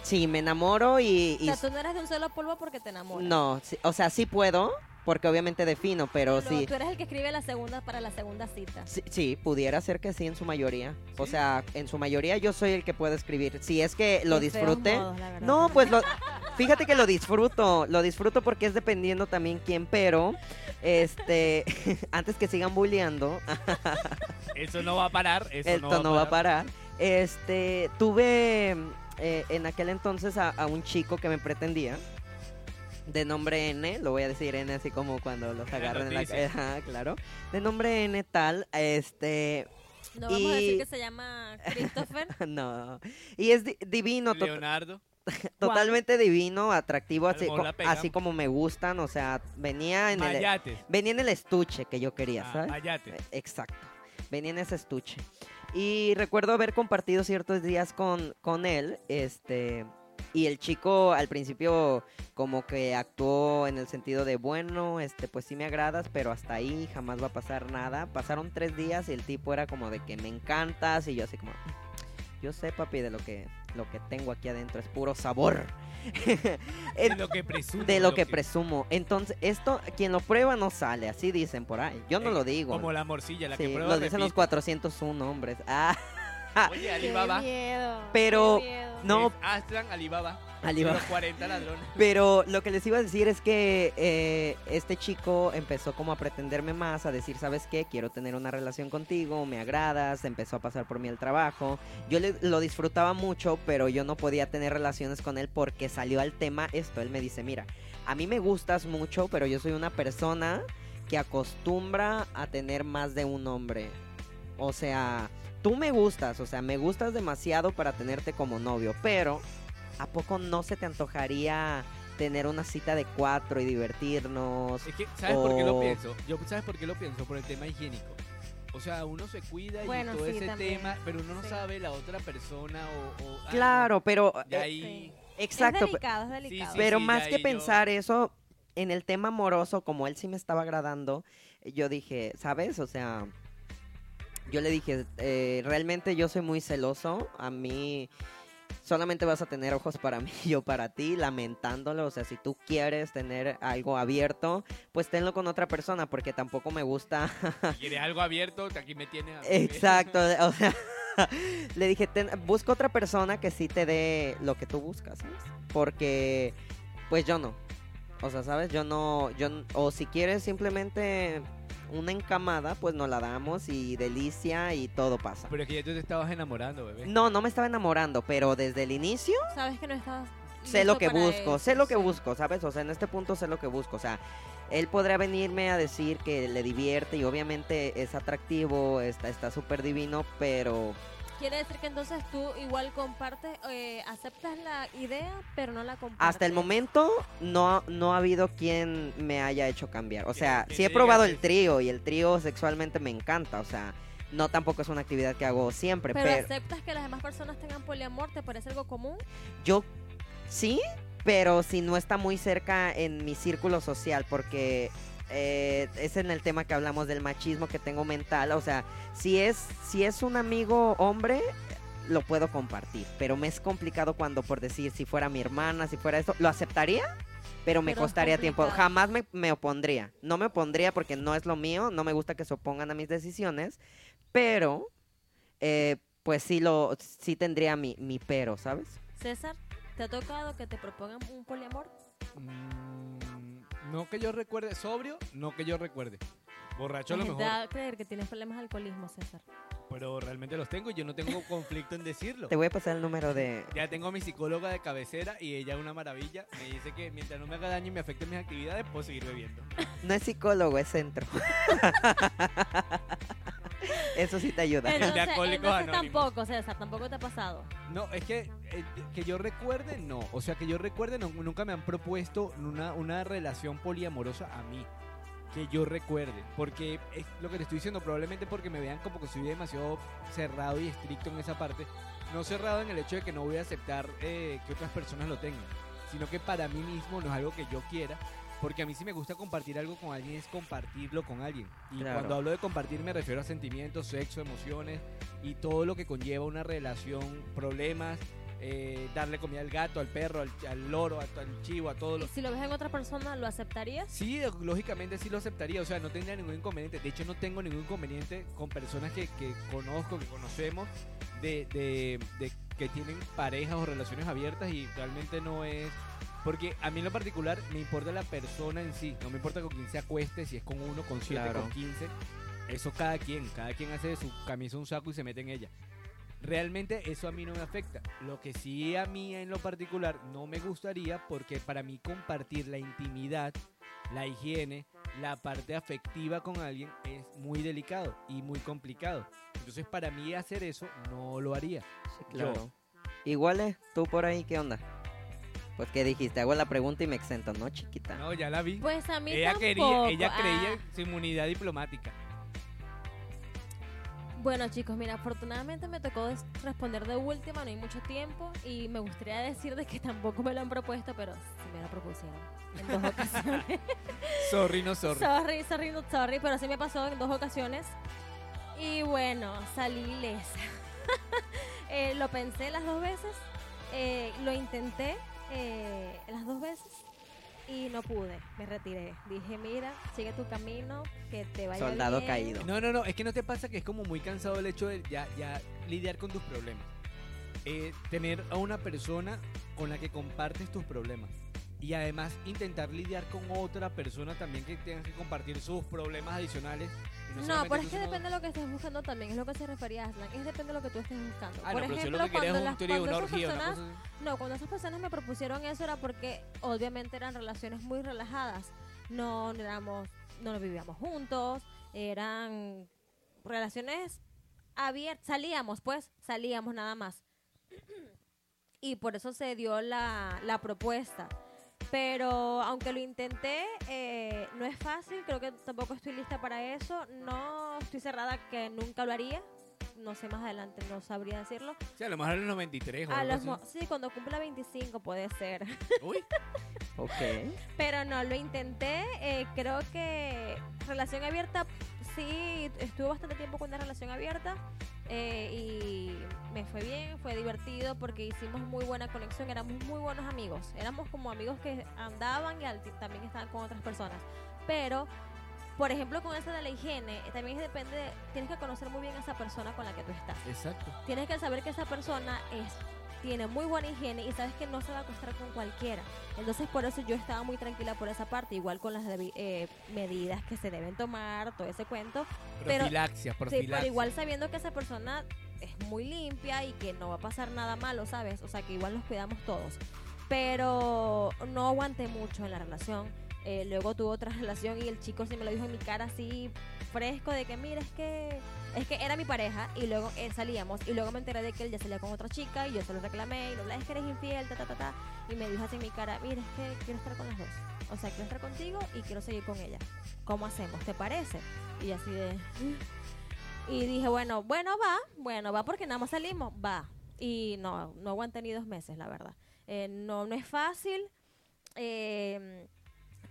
sí me enamoro y,
O
y
sea, tú no eres de un solo polvo porque te enamoras.
No, sí, o sea, sí puedo, porque obviamente defino, pero
Pero
sí,
Tú eres el que escribe la segunda para la segunda cita.
sí, sí, pudiera ser que sí en su mayoría. O
¿Sí?
sea, en su mayoría yo soy el que puede escribir. Si es que lo
Qué feos
disfrute.
modos, la verdad.
No, pues lo, fíjate que lo disfruto, lo disfruto porque es dependiendo también quién, pero este, (laughs) antes que sigan bulleando,
Eso no va a parar. Eso
esto no, va a parar. Este, tuve eh, en aquel entonces a, a un chico que me pretendía. De nombre N, lo voy a decir N así como cuando
(laughs)
los
La
agarran en la
noticia.
Ajá, claro. De nombre N tal, este, (laughs)
No vamos a decir
y-
que se llama Christopher.
no. Y es di- divino, to-
Leonardo.
totalmente divino, atractivo,
A lo
así,
mejor
co-
la pegamos.
así como me gustan, o sea, venía en el
Mayates.
venía en el estuche que yo
Ah,
quería, ¿sabes?
Mayates.
Eh, Exacto. Venía en ese estuche. Y recuerdo haber compartido ciertos días con, con él. Este. Y el chico al principio como que actuó en el sentido de bueno, este, pues sí me agradas, pero hasta ahí jamás va a pasar nada. Pasaron tres días y el tipo era como de que me encantas. Y yo así como. Yo sé, papi, de lo que lo que tengo aquí adentro es puro sabor. (laughs)
De lo que presumo.
de lo que presumo. Entonces, esto, quien lo prueba no sale, así dicen por ahí. Yo no
Eh,
lo digo.
Como la morcilla, la
Sí,
que prueba.
lo dicen los
repite.
401 hombres. (laughs) Ah,
Oye, (laughs)
Qué
Alibaba.
miedo.
Pero-
qué miedo.
no, (laughs)
Es Aslan, Alibaba.
Alibaba.
Los 40 ladrones.
Pero lo que les iba a decir es que eh, este chico empezó como a pretenderme más, a decir, ¿sabes qué? Quiero tener una relación contigo, me agradas, empezó a pasar por mí el trabajo. Yo le- lo disfrutaba mucho, pero yo no podía tener relaciones con él porque salió al tema esto. Él me dice, mira, a mí me gustas mucho, pero yo soy una persona que acostumbra a tener más de un hombre. O sea, tú me gustas, o sea, me gustas demasiado para tenerte como novio, pero ¿a poco no se te antojaría tener una cita de cuatro y divertirnos?
Es que, ¿sabes por qué lo
O-
pienso? Yo, ¿sabes por qué lo pienso? Por el tema higiénico. O sea, uno se cuida y
Bueno,
todo
sí,
ese
también.
tema, pero uno no
Sí.
sabe la otra persona o... o- ah, no,
Claro, pero...
De
eh,
ahí...
exacto.
Es delicado, es delicado.
sí,
Pero
sí,
más
ya
que
ahí yo-
pensar eso, en el tema amoroso, como él sí me estaba agradando, yo dije, ¿sabes? O sea, yo le dije, eh, realmente yo soy muy celoso, a mí solamente vas a tener ojos para (laughs) mí y yo para ti, lamentándolo. O sea, si tú quieres tener algo abierto, pues tenlo con otra persona, porque tampoco me gusta.
Si quieres algo abierto, aquí me
Ah,
tienes. a mí.
Exacto. O sea, (laughs) le dije, "Ten- busca otra persona que sí te dé lo que tú buscas, ¿sabes? Porque, pues yo no. O sea, ¿sabes? Yo no, yo, n- o si quieres simplemente una encamada, pues nos la damos y delicia y todo pasa.
Pero es que ya tú te estabas enamorando, bebé.
No, no me estaba enamorando, pero desde el inicio
Sabes que no estás.
sé lo
listo
que
para
busco,
eso,
sé lo que
sí.
busco, ¿sabes? O sea, en este punto sé lo que busco. O sea, él podrá venirme a decir que le divierte y obviamente es atractivo, está está súper divino, pero
Quiere decir que entonces tú igual compartes, eh, aceptas la idea, pero no la compartes.
hasta el momento no, no ha habido quien me haya hecho cambiar. O
Que-
sea,
que
sí he
te
probado
digas
el trío y el trío sexualmente me encanta, o sea, no tampoco es una actividad que hago siempre,
Pero,
pero,
aceptas que las demás personas tengan poliamor, ¿te parece algo común?
yo sí, pero si no está muy cerca en mi círculo social, porque eh, es en el tema que hablamos del machismo que tengo mental, o sea, si es, si es un amigo hombre lo puedo compartir, pero me es complicado cuando por decir si fuera mi hermana, si fuera esto, lo aceptaría, pero me
Pero es
costaría tiempo.
complicado.
Jamás me, me opondría, no me opondría porque no es lo mío, no me gusta que se opongan a mis decisiones, pero eh, pues sí lo, sí tendría mi, mi pero, ¿sabes?
César, ¿te ha tocado que te propongan un poliamor?
Mm,
No que yo recuerde. Sobrio, no que yo recuerde. Borracho a
La
lo
gente
mejor.
va a creer que tienes problemas de alcoholismo, César.
Pero realmente los tengo y yo no tengo conflicto en decirlo.
Te voy a pasar el número de.
Ya tengo a mi psicóloga de cabecera y ella una maravilla. Me dice que mientras no me haga daño y me afecten mis actividades, puedo seguir bebiendo.
No es psicólogo, es centro. (laughs) Eso sí te ayuda. (laughs)
Bueno.
Entonces,
Alcohólicos
entonces
Anónimos.
tampoco, César, tampoco te ha pasado.
No, es que eh, que yo recuerde, no. O sea, que yo recuerde, no, nunca me han propuesto una, una relación poliamorosa a mí. Que yo recuerde. Porque es lo que te estoy diciendo, probablemente porque me vean como que soy demasiado cerrado y estricto en esa parte. No cerrado en el hecho de que no voy a aceptar eh, que otras personas lo tengan. Sino que para mí mismo no es algo que yo quiera. Porque a mí sí me gusta compartir algo con alguien, es compartirlo con alguien. Y
Claro.
cuando hablo de compartir me refiero a sentimientos, sexo, emociones y todo lo que conlleva una relación, problemas, eh, darle comida al gato, al perro, al, al loro, a- al chivo, a todos
¿Y
los...
si lo ves en otra persona, lo aceptarías?
Sí, lógicamente sí lo aceptaría, o sea, no tendría ningún inconveniente. De hecho, no tengo ningún inconveniente con personas que, que conozco, que conocemos, de, de- de que tienen parejas o relaciones abiertas y realmente no es... Porque a mí en lo particular me importa la persona en sí, no me importa con quién se acueste, si es con uno, con siete,
Claro.
con quince. Eso cada quien, cada quien hace de su camisa un saco y se mete en ella. Realmente eso a mí no me afecta. Lo que sí a mí en lo particular no me gustaría porque para mí compartir la intimidad, la higiene, la parte afectiva con alguien es muy delicado y muy complicado. Entonces para mí hacer eso no lo haría.
Claro. Igual, eh, tú por ahí, ¿qué onda? Pues, ¿qué dijiste? Hago la pregunta y me exento, ¿no, chiquita?
No, ya la vi.
Pues a mí
Ella,
tampoco.
quería, ella
Ah.
creía en su inmunidad diplomática.
Bueno chicos, mira, afortunadamente me tocó des- responder de última, no hay mucho tiempo y me gustaría decir de que tampoco me lo han propuesto, pero sí me lo propusieron en dos ocasiones.
Sorry, no sorry.
sorry, sorry, no sorry, pero sí me pasó en dos ocasiones y bueno, salí ilesa. (laughs) Eh, lo pensé las dos veces, eh, lo intenté eh, las dos veces y no pude, me retiré. Dije, mira, sigue tu camino, que te vaya
Soldado
bien".
caído.
No, no, no, es que no te pasa que es como muy cansado el hecho de ya, ya lidiar con tus problemas. Eh, tener a una persona con la que compartes tus problemas. Y además intentar lidiar con otra persona también que tengas que compartir sus problemas adicionales. y
No,
solamente
pero es
tú,
que
sino-
depende de lo que estés buscando también, es lo que se refería Aslan, es depende de lo que tú estés buscando.
Ah,
Por
no, pero si
ejemplo,
lo que querías
cuando,
es un
las,
trío,
cuando
una
esas
orgía, una
personas,
cosa así.
no, cuando esas personas me propusieron eso era porque obviamente eran relaciones muy relajadas, no éramos, no nos vivíamos juntos, eran relaciones abiertas, salíamos pues, salíamos nada más. Y por eso se dio la, la propuesta. Pero aunque lo intenté, eh, no es fácil, creo que tampoco estoy lista para eso, no estoy cerrada que nunca lo haría, no sé más adelante, no sabría decirlo.
Sí, a lo mejor en los 23 o
A
algo
los
así.
mo- sí, cuando cumpla 25 puede ser. (laughs)
Uy,
Ok.
Pero no, lo intenté. eh, creo que relación abierta, sí, estuve bastante tiempo con una relación abierta. eh, y me fue bien, fue divertido porque hicimos muy buena conexión, éramos muy buenos amigos, éramos como amigos que andaban y al- también estaban con otras personas, pero por ejemplo con eso de la higiene, eh, también depende, de- tienes que conocer muy bien a esa persona con la que tú estás,
Exacto.
tienes que saber que esa persona es tiene muy buena higiene y sabes que no se va a acostar con cualquiera. Entonces por eso yo estaba muy tranquila por esa parte, igual con las debi- eh, medidas que se deben tomar, todo ese cuento. Pero-
Profilaxia,
Sí,
profilaxia.
pero igual sabiendo que esa persona es muy limpia y que no va a pasar nada malo, ¿sabes? O sea, que igual nos cuidamos todos. Pero no aguanté mucho en la relación. Eh, luego tuve otra (laughs) relación y el chico sí me lo dijo en mi cara así fresco de que mira es que es que era mi pareja y luego eh, salíamos y luego me enteré de que él ya salía con otra chica y yo se lo reclamé y lo hablé es que eres infiel ta ta ta ta y me dijo así en mi cara mira es que quiero estar con las dos o sea quiero estar contigo y quiero seguir con ella cómo hacemos te parece y yo así de "Mm". y dije, bueno, bueno, va, bueno, va porque nada más salimos, va. Y no, no aguanté ni dos meses, la verdad. Eh, no, no es fácil. eh,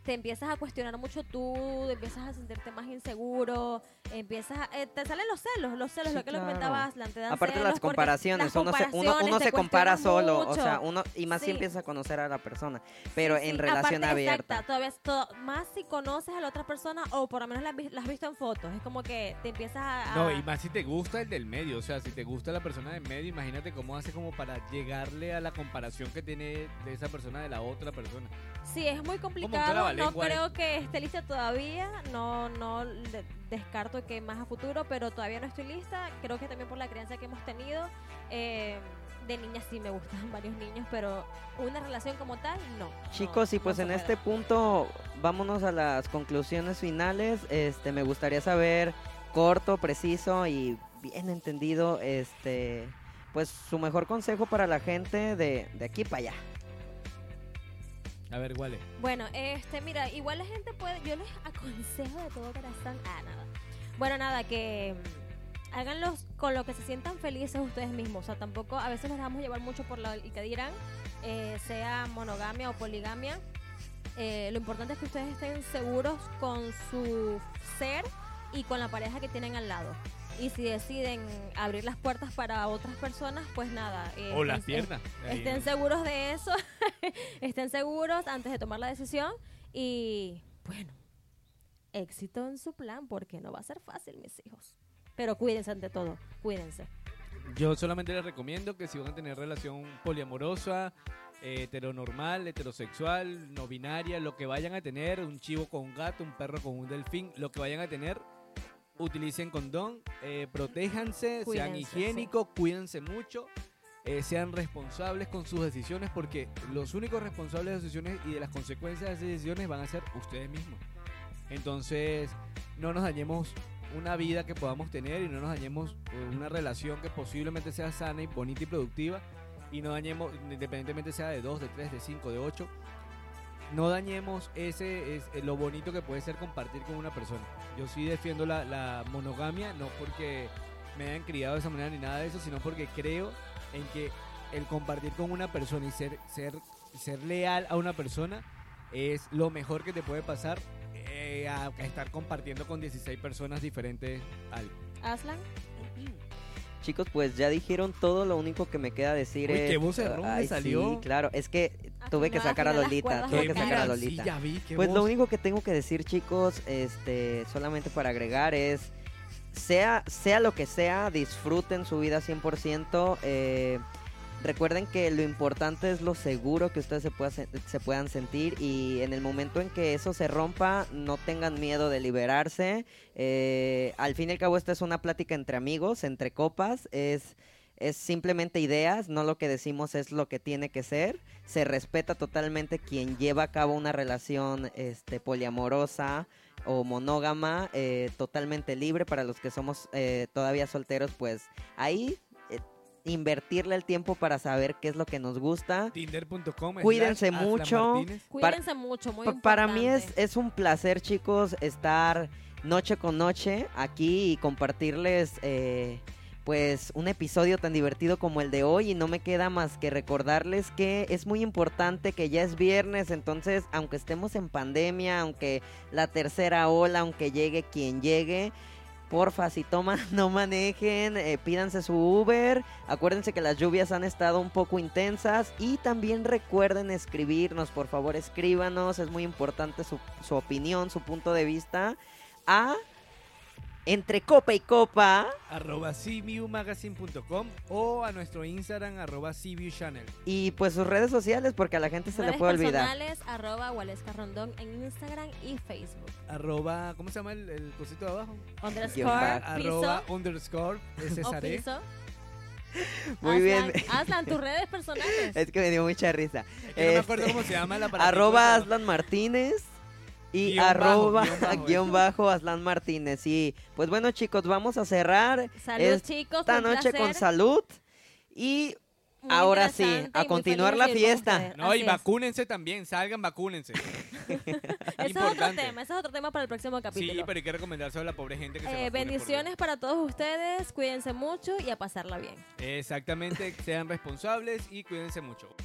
te empiezas a cuestionar mucho tú, empiezas a sentirte más inseguro, empiezas a- eh, te salen los celos, los celos,
Sí,
lo que
claro.
lo comentabas, la ansiedad,
Aparte las
celos, porque
comparaciones,
las
uno se, uno,
comparaciones
uno
te
se compara
cuestionan
solo, o
mucho.
sea, uno y más
Sí.
si empiezas a conocer a la persona, pero
Sí,
en
sí,
relación
aparte,
abierta.
exacta, todavía es todo- más si conoces a la otra persona o por lo menos la, has vi- la has visto en fotos, es como que te empiezas a... a-
No, y más si te gusta el del medio, o sea, si te gusta la persona del medio, imagínate cómo hace como para llegarle a la comparación que tiene de esa persona de la otra persona.
Sí, es muy
traba
complicado. No
lengua, eh.
creo que esté lista todavía. No, no le- descarto que más a futuro, pero todavía no estoy lista. Creo que también por la crianza que hemos tenido. eh, de niña sí me gustan (laughs) varios niños, pero una relación como tal, no. no,
Chicos, y
no
pues
se
en
puede.
este punto vámonos a las conclusiones finales. Este, me gustaría saber corto, preciso y bien entendido, este, pues su mejor consejo para la gente de, de aquí para allá.
A ver, ¿cuál es?
Bueno, este, mira, igual la gente puede, yo les (laughs) aconsejo de todo corazón, ah, nada. Bueno, nada, que mm, háganlos con lo que se sientan felices ustedes mismos. O sea, tampoco, a veces nos dejamos llevar mucho por lo que dirán, eh, sea monogamia o poligamia. Eh, lo importante es que ustedes estén seguros con su ser y con la pareja que tienen al lado. Y si deciden abrir las puertas para otras personas, pues nada. eh,
O las
es- es-
piernas. Ahí.
Estén seguros de eso. (laughs) Estén seguros antes de tomar la decisión. Y bueno, éxito en su plan porque no va a ser fácil, mis hijos. Pero cuídense ante todo, cuídense.
Yo solamente les recomiendo que si van a tener relación poliamorosa, eh, heteronormal, heterosexual, no binaria, lo que vayan a tener, un chivo con un gato, un perro con un delfín, lo que vayan a tener, utilicen condón, eh, protéjanse, sean
Cuídense,
higiénicos, cuídense mucho, eh, sean responsables con sus decisiones, porque los únicos responsables de sus decisiones y de las consecuencias de esas decisiones van a ser ustedes mismos. Entonces, no nos dañemos una vida que podamos tener y no nos dañemos eh, una relación que posiblemente sea sana y bonita y productiva y no dañemos, independientemente sea de 2, de 3, de 5, de 8, no dañemos ese es, eh, lo bonito que puede ser compartir con una persona. Yo sí defiendo la, la monogamia, no porque me hayan criado de esa manera ni nada de eso, sino porque creo en que el compartir con una persona y ser, ser, ser leal a una persona es lo mejor que te puede pasar eh, a estar compartiendo con 16 personas diferentes algo.
Aslan,
Chicos, pues ya dijeron todo, lo único que me queda decir
Uy,
es...
qué voz errón le
ay, Sí,
salió.
claro, es que tuve que
Afinada,
sacar a
afinada las
Lolita,
cuerdas
tuve que
vocales.
sacar a
Sí,
Lolita.
ya vi, qué
Pues lo
voz.
único que tengo que decir, chicos, este, solamente para agregar es, sea, sea lo que sea, disfruten su vida 100%. eh, recuerden que lo importante es lo seguro que ustedes se, pueda sen- se puedan sentir y en el momento en que eso se rompa, no tengan miedo de liberarse. eh, al fin y al cabo, esta es una plática entre amigos, entre copas, es... Es simplemente ideas, no lo que decimos es lo que tiene que ser se respeta totalmente quien lleva a cabo una relación este, poliamorosa o monógama, eh, totalmente libre para los que somos eh, todavía solteros, pues ahí eh, invertirle el tiempo para saber qué es lo que nos gusta.
Tinder.com.
Cuídense
slash Aslan
mucho.
Martínez.
cuídense mucho, muy
Pa-
importante.
para mí es, este es un placer, chicos, estar noche con noche aquí y compartirles eh, pues un episodio tan divertido como el de hoy. Y no me queda más que recordarles que es muy importante que ya es viernes, entonces aunque estemos en pandemia, aunque la tercera ola, aunque llegue quien llegue. Porfa, si toman, (laughs) no manejen, eh, pídanse su Uber. Acuérdense que las lluvias han estado un poco intensas y también recuerden escribirnos, por favor, escríbanos. Es muy importante su, su opinión, su punto de vista. A entre copa y copa
arroba cviewmagazine.com o a nuestro Instagram arroba cviewchannel.
y pues sus redes sociales porque a la gente se le
Redes
puede olvidar.
personales, arroba Waleska Rondón en Instagram y Facebook.
Arroba, ¿cómo se llama el, el cosito de abajo?
Underscore,
bajo.
Arroba E.
piso
underscore
o
Cesaré.
piso.
Muy bien.
Aslan, Aslan, tus redes
(laughs)
personales.
Es que me dio mucha risa.
Es que no me
Este,
acuerdo cómo se llama la
arroba Aslan Martínez y
Guión
arroba
bajo, guión
(laughs)
bajo,
guión bajo Aslan Martínez. Y pues bueno chicos, vamos a cerrar
Salud,
esta
chicos.
esta
un
noche
placer.
con salud. Y
Muy
ahora sí, a
interesante y muy
continuar
feliz de
la
ir con
fiesta.
ustedes.
No, y
Así es.
vacúnense también, salgan, vacúnense.
(laughs)
(laughs)
Ese es otro
Importante.
tema, ese es otro tema para el próximo capítulo.
Sí, pero hay que recomendarse a la pobre gente que se
Eh,
vacune, por Dios.
bendiciones para todos ustedes, cuídense mucho y a pasarla bien.
Exactamente, sean responsables y cuídense mucho.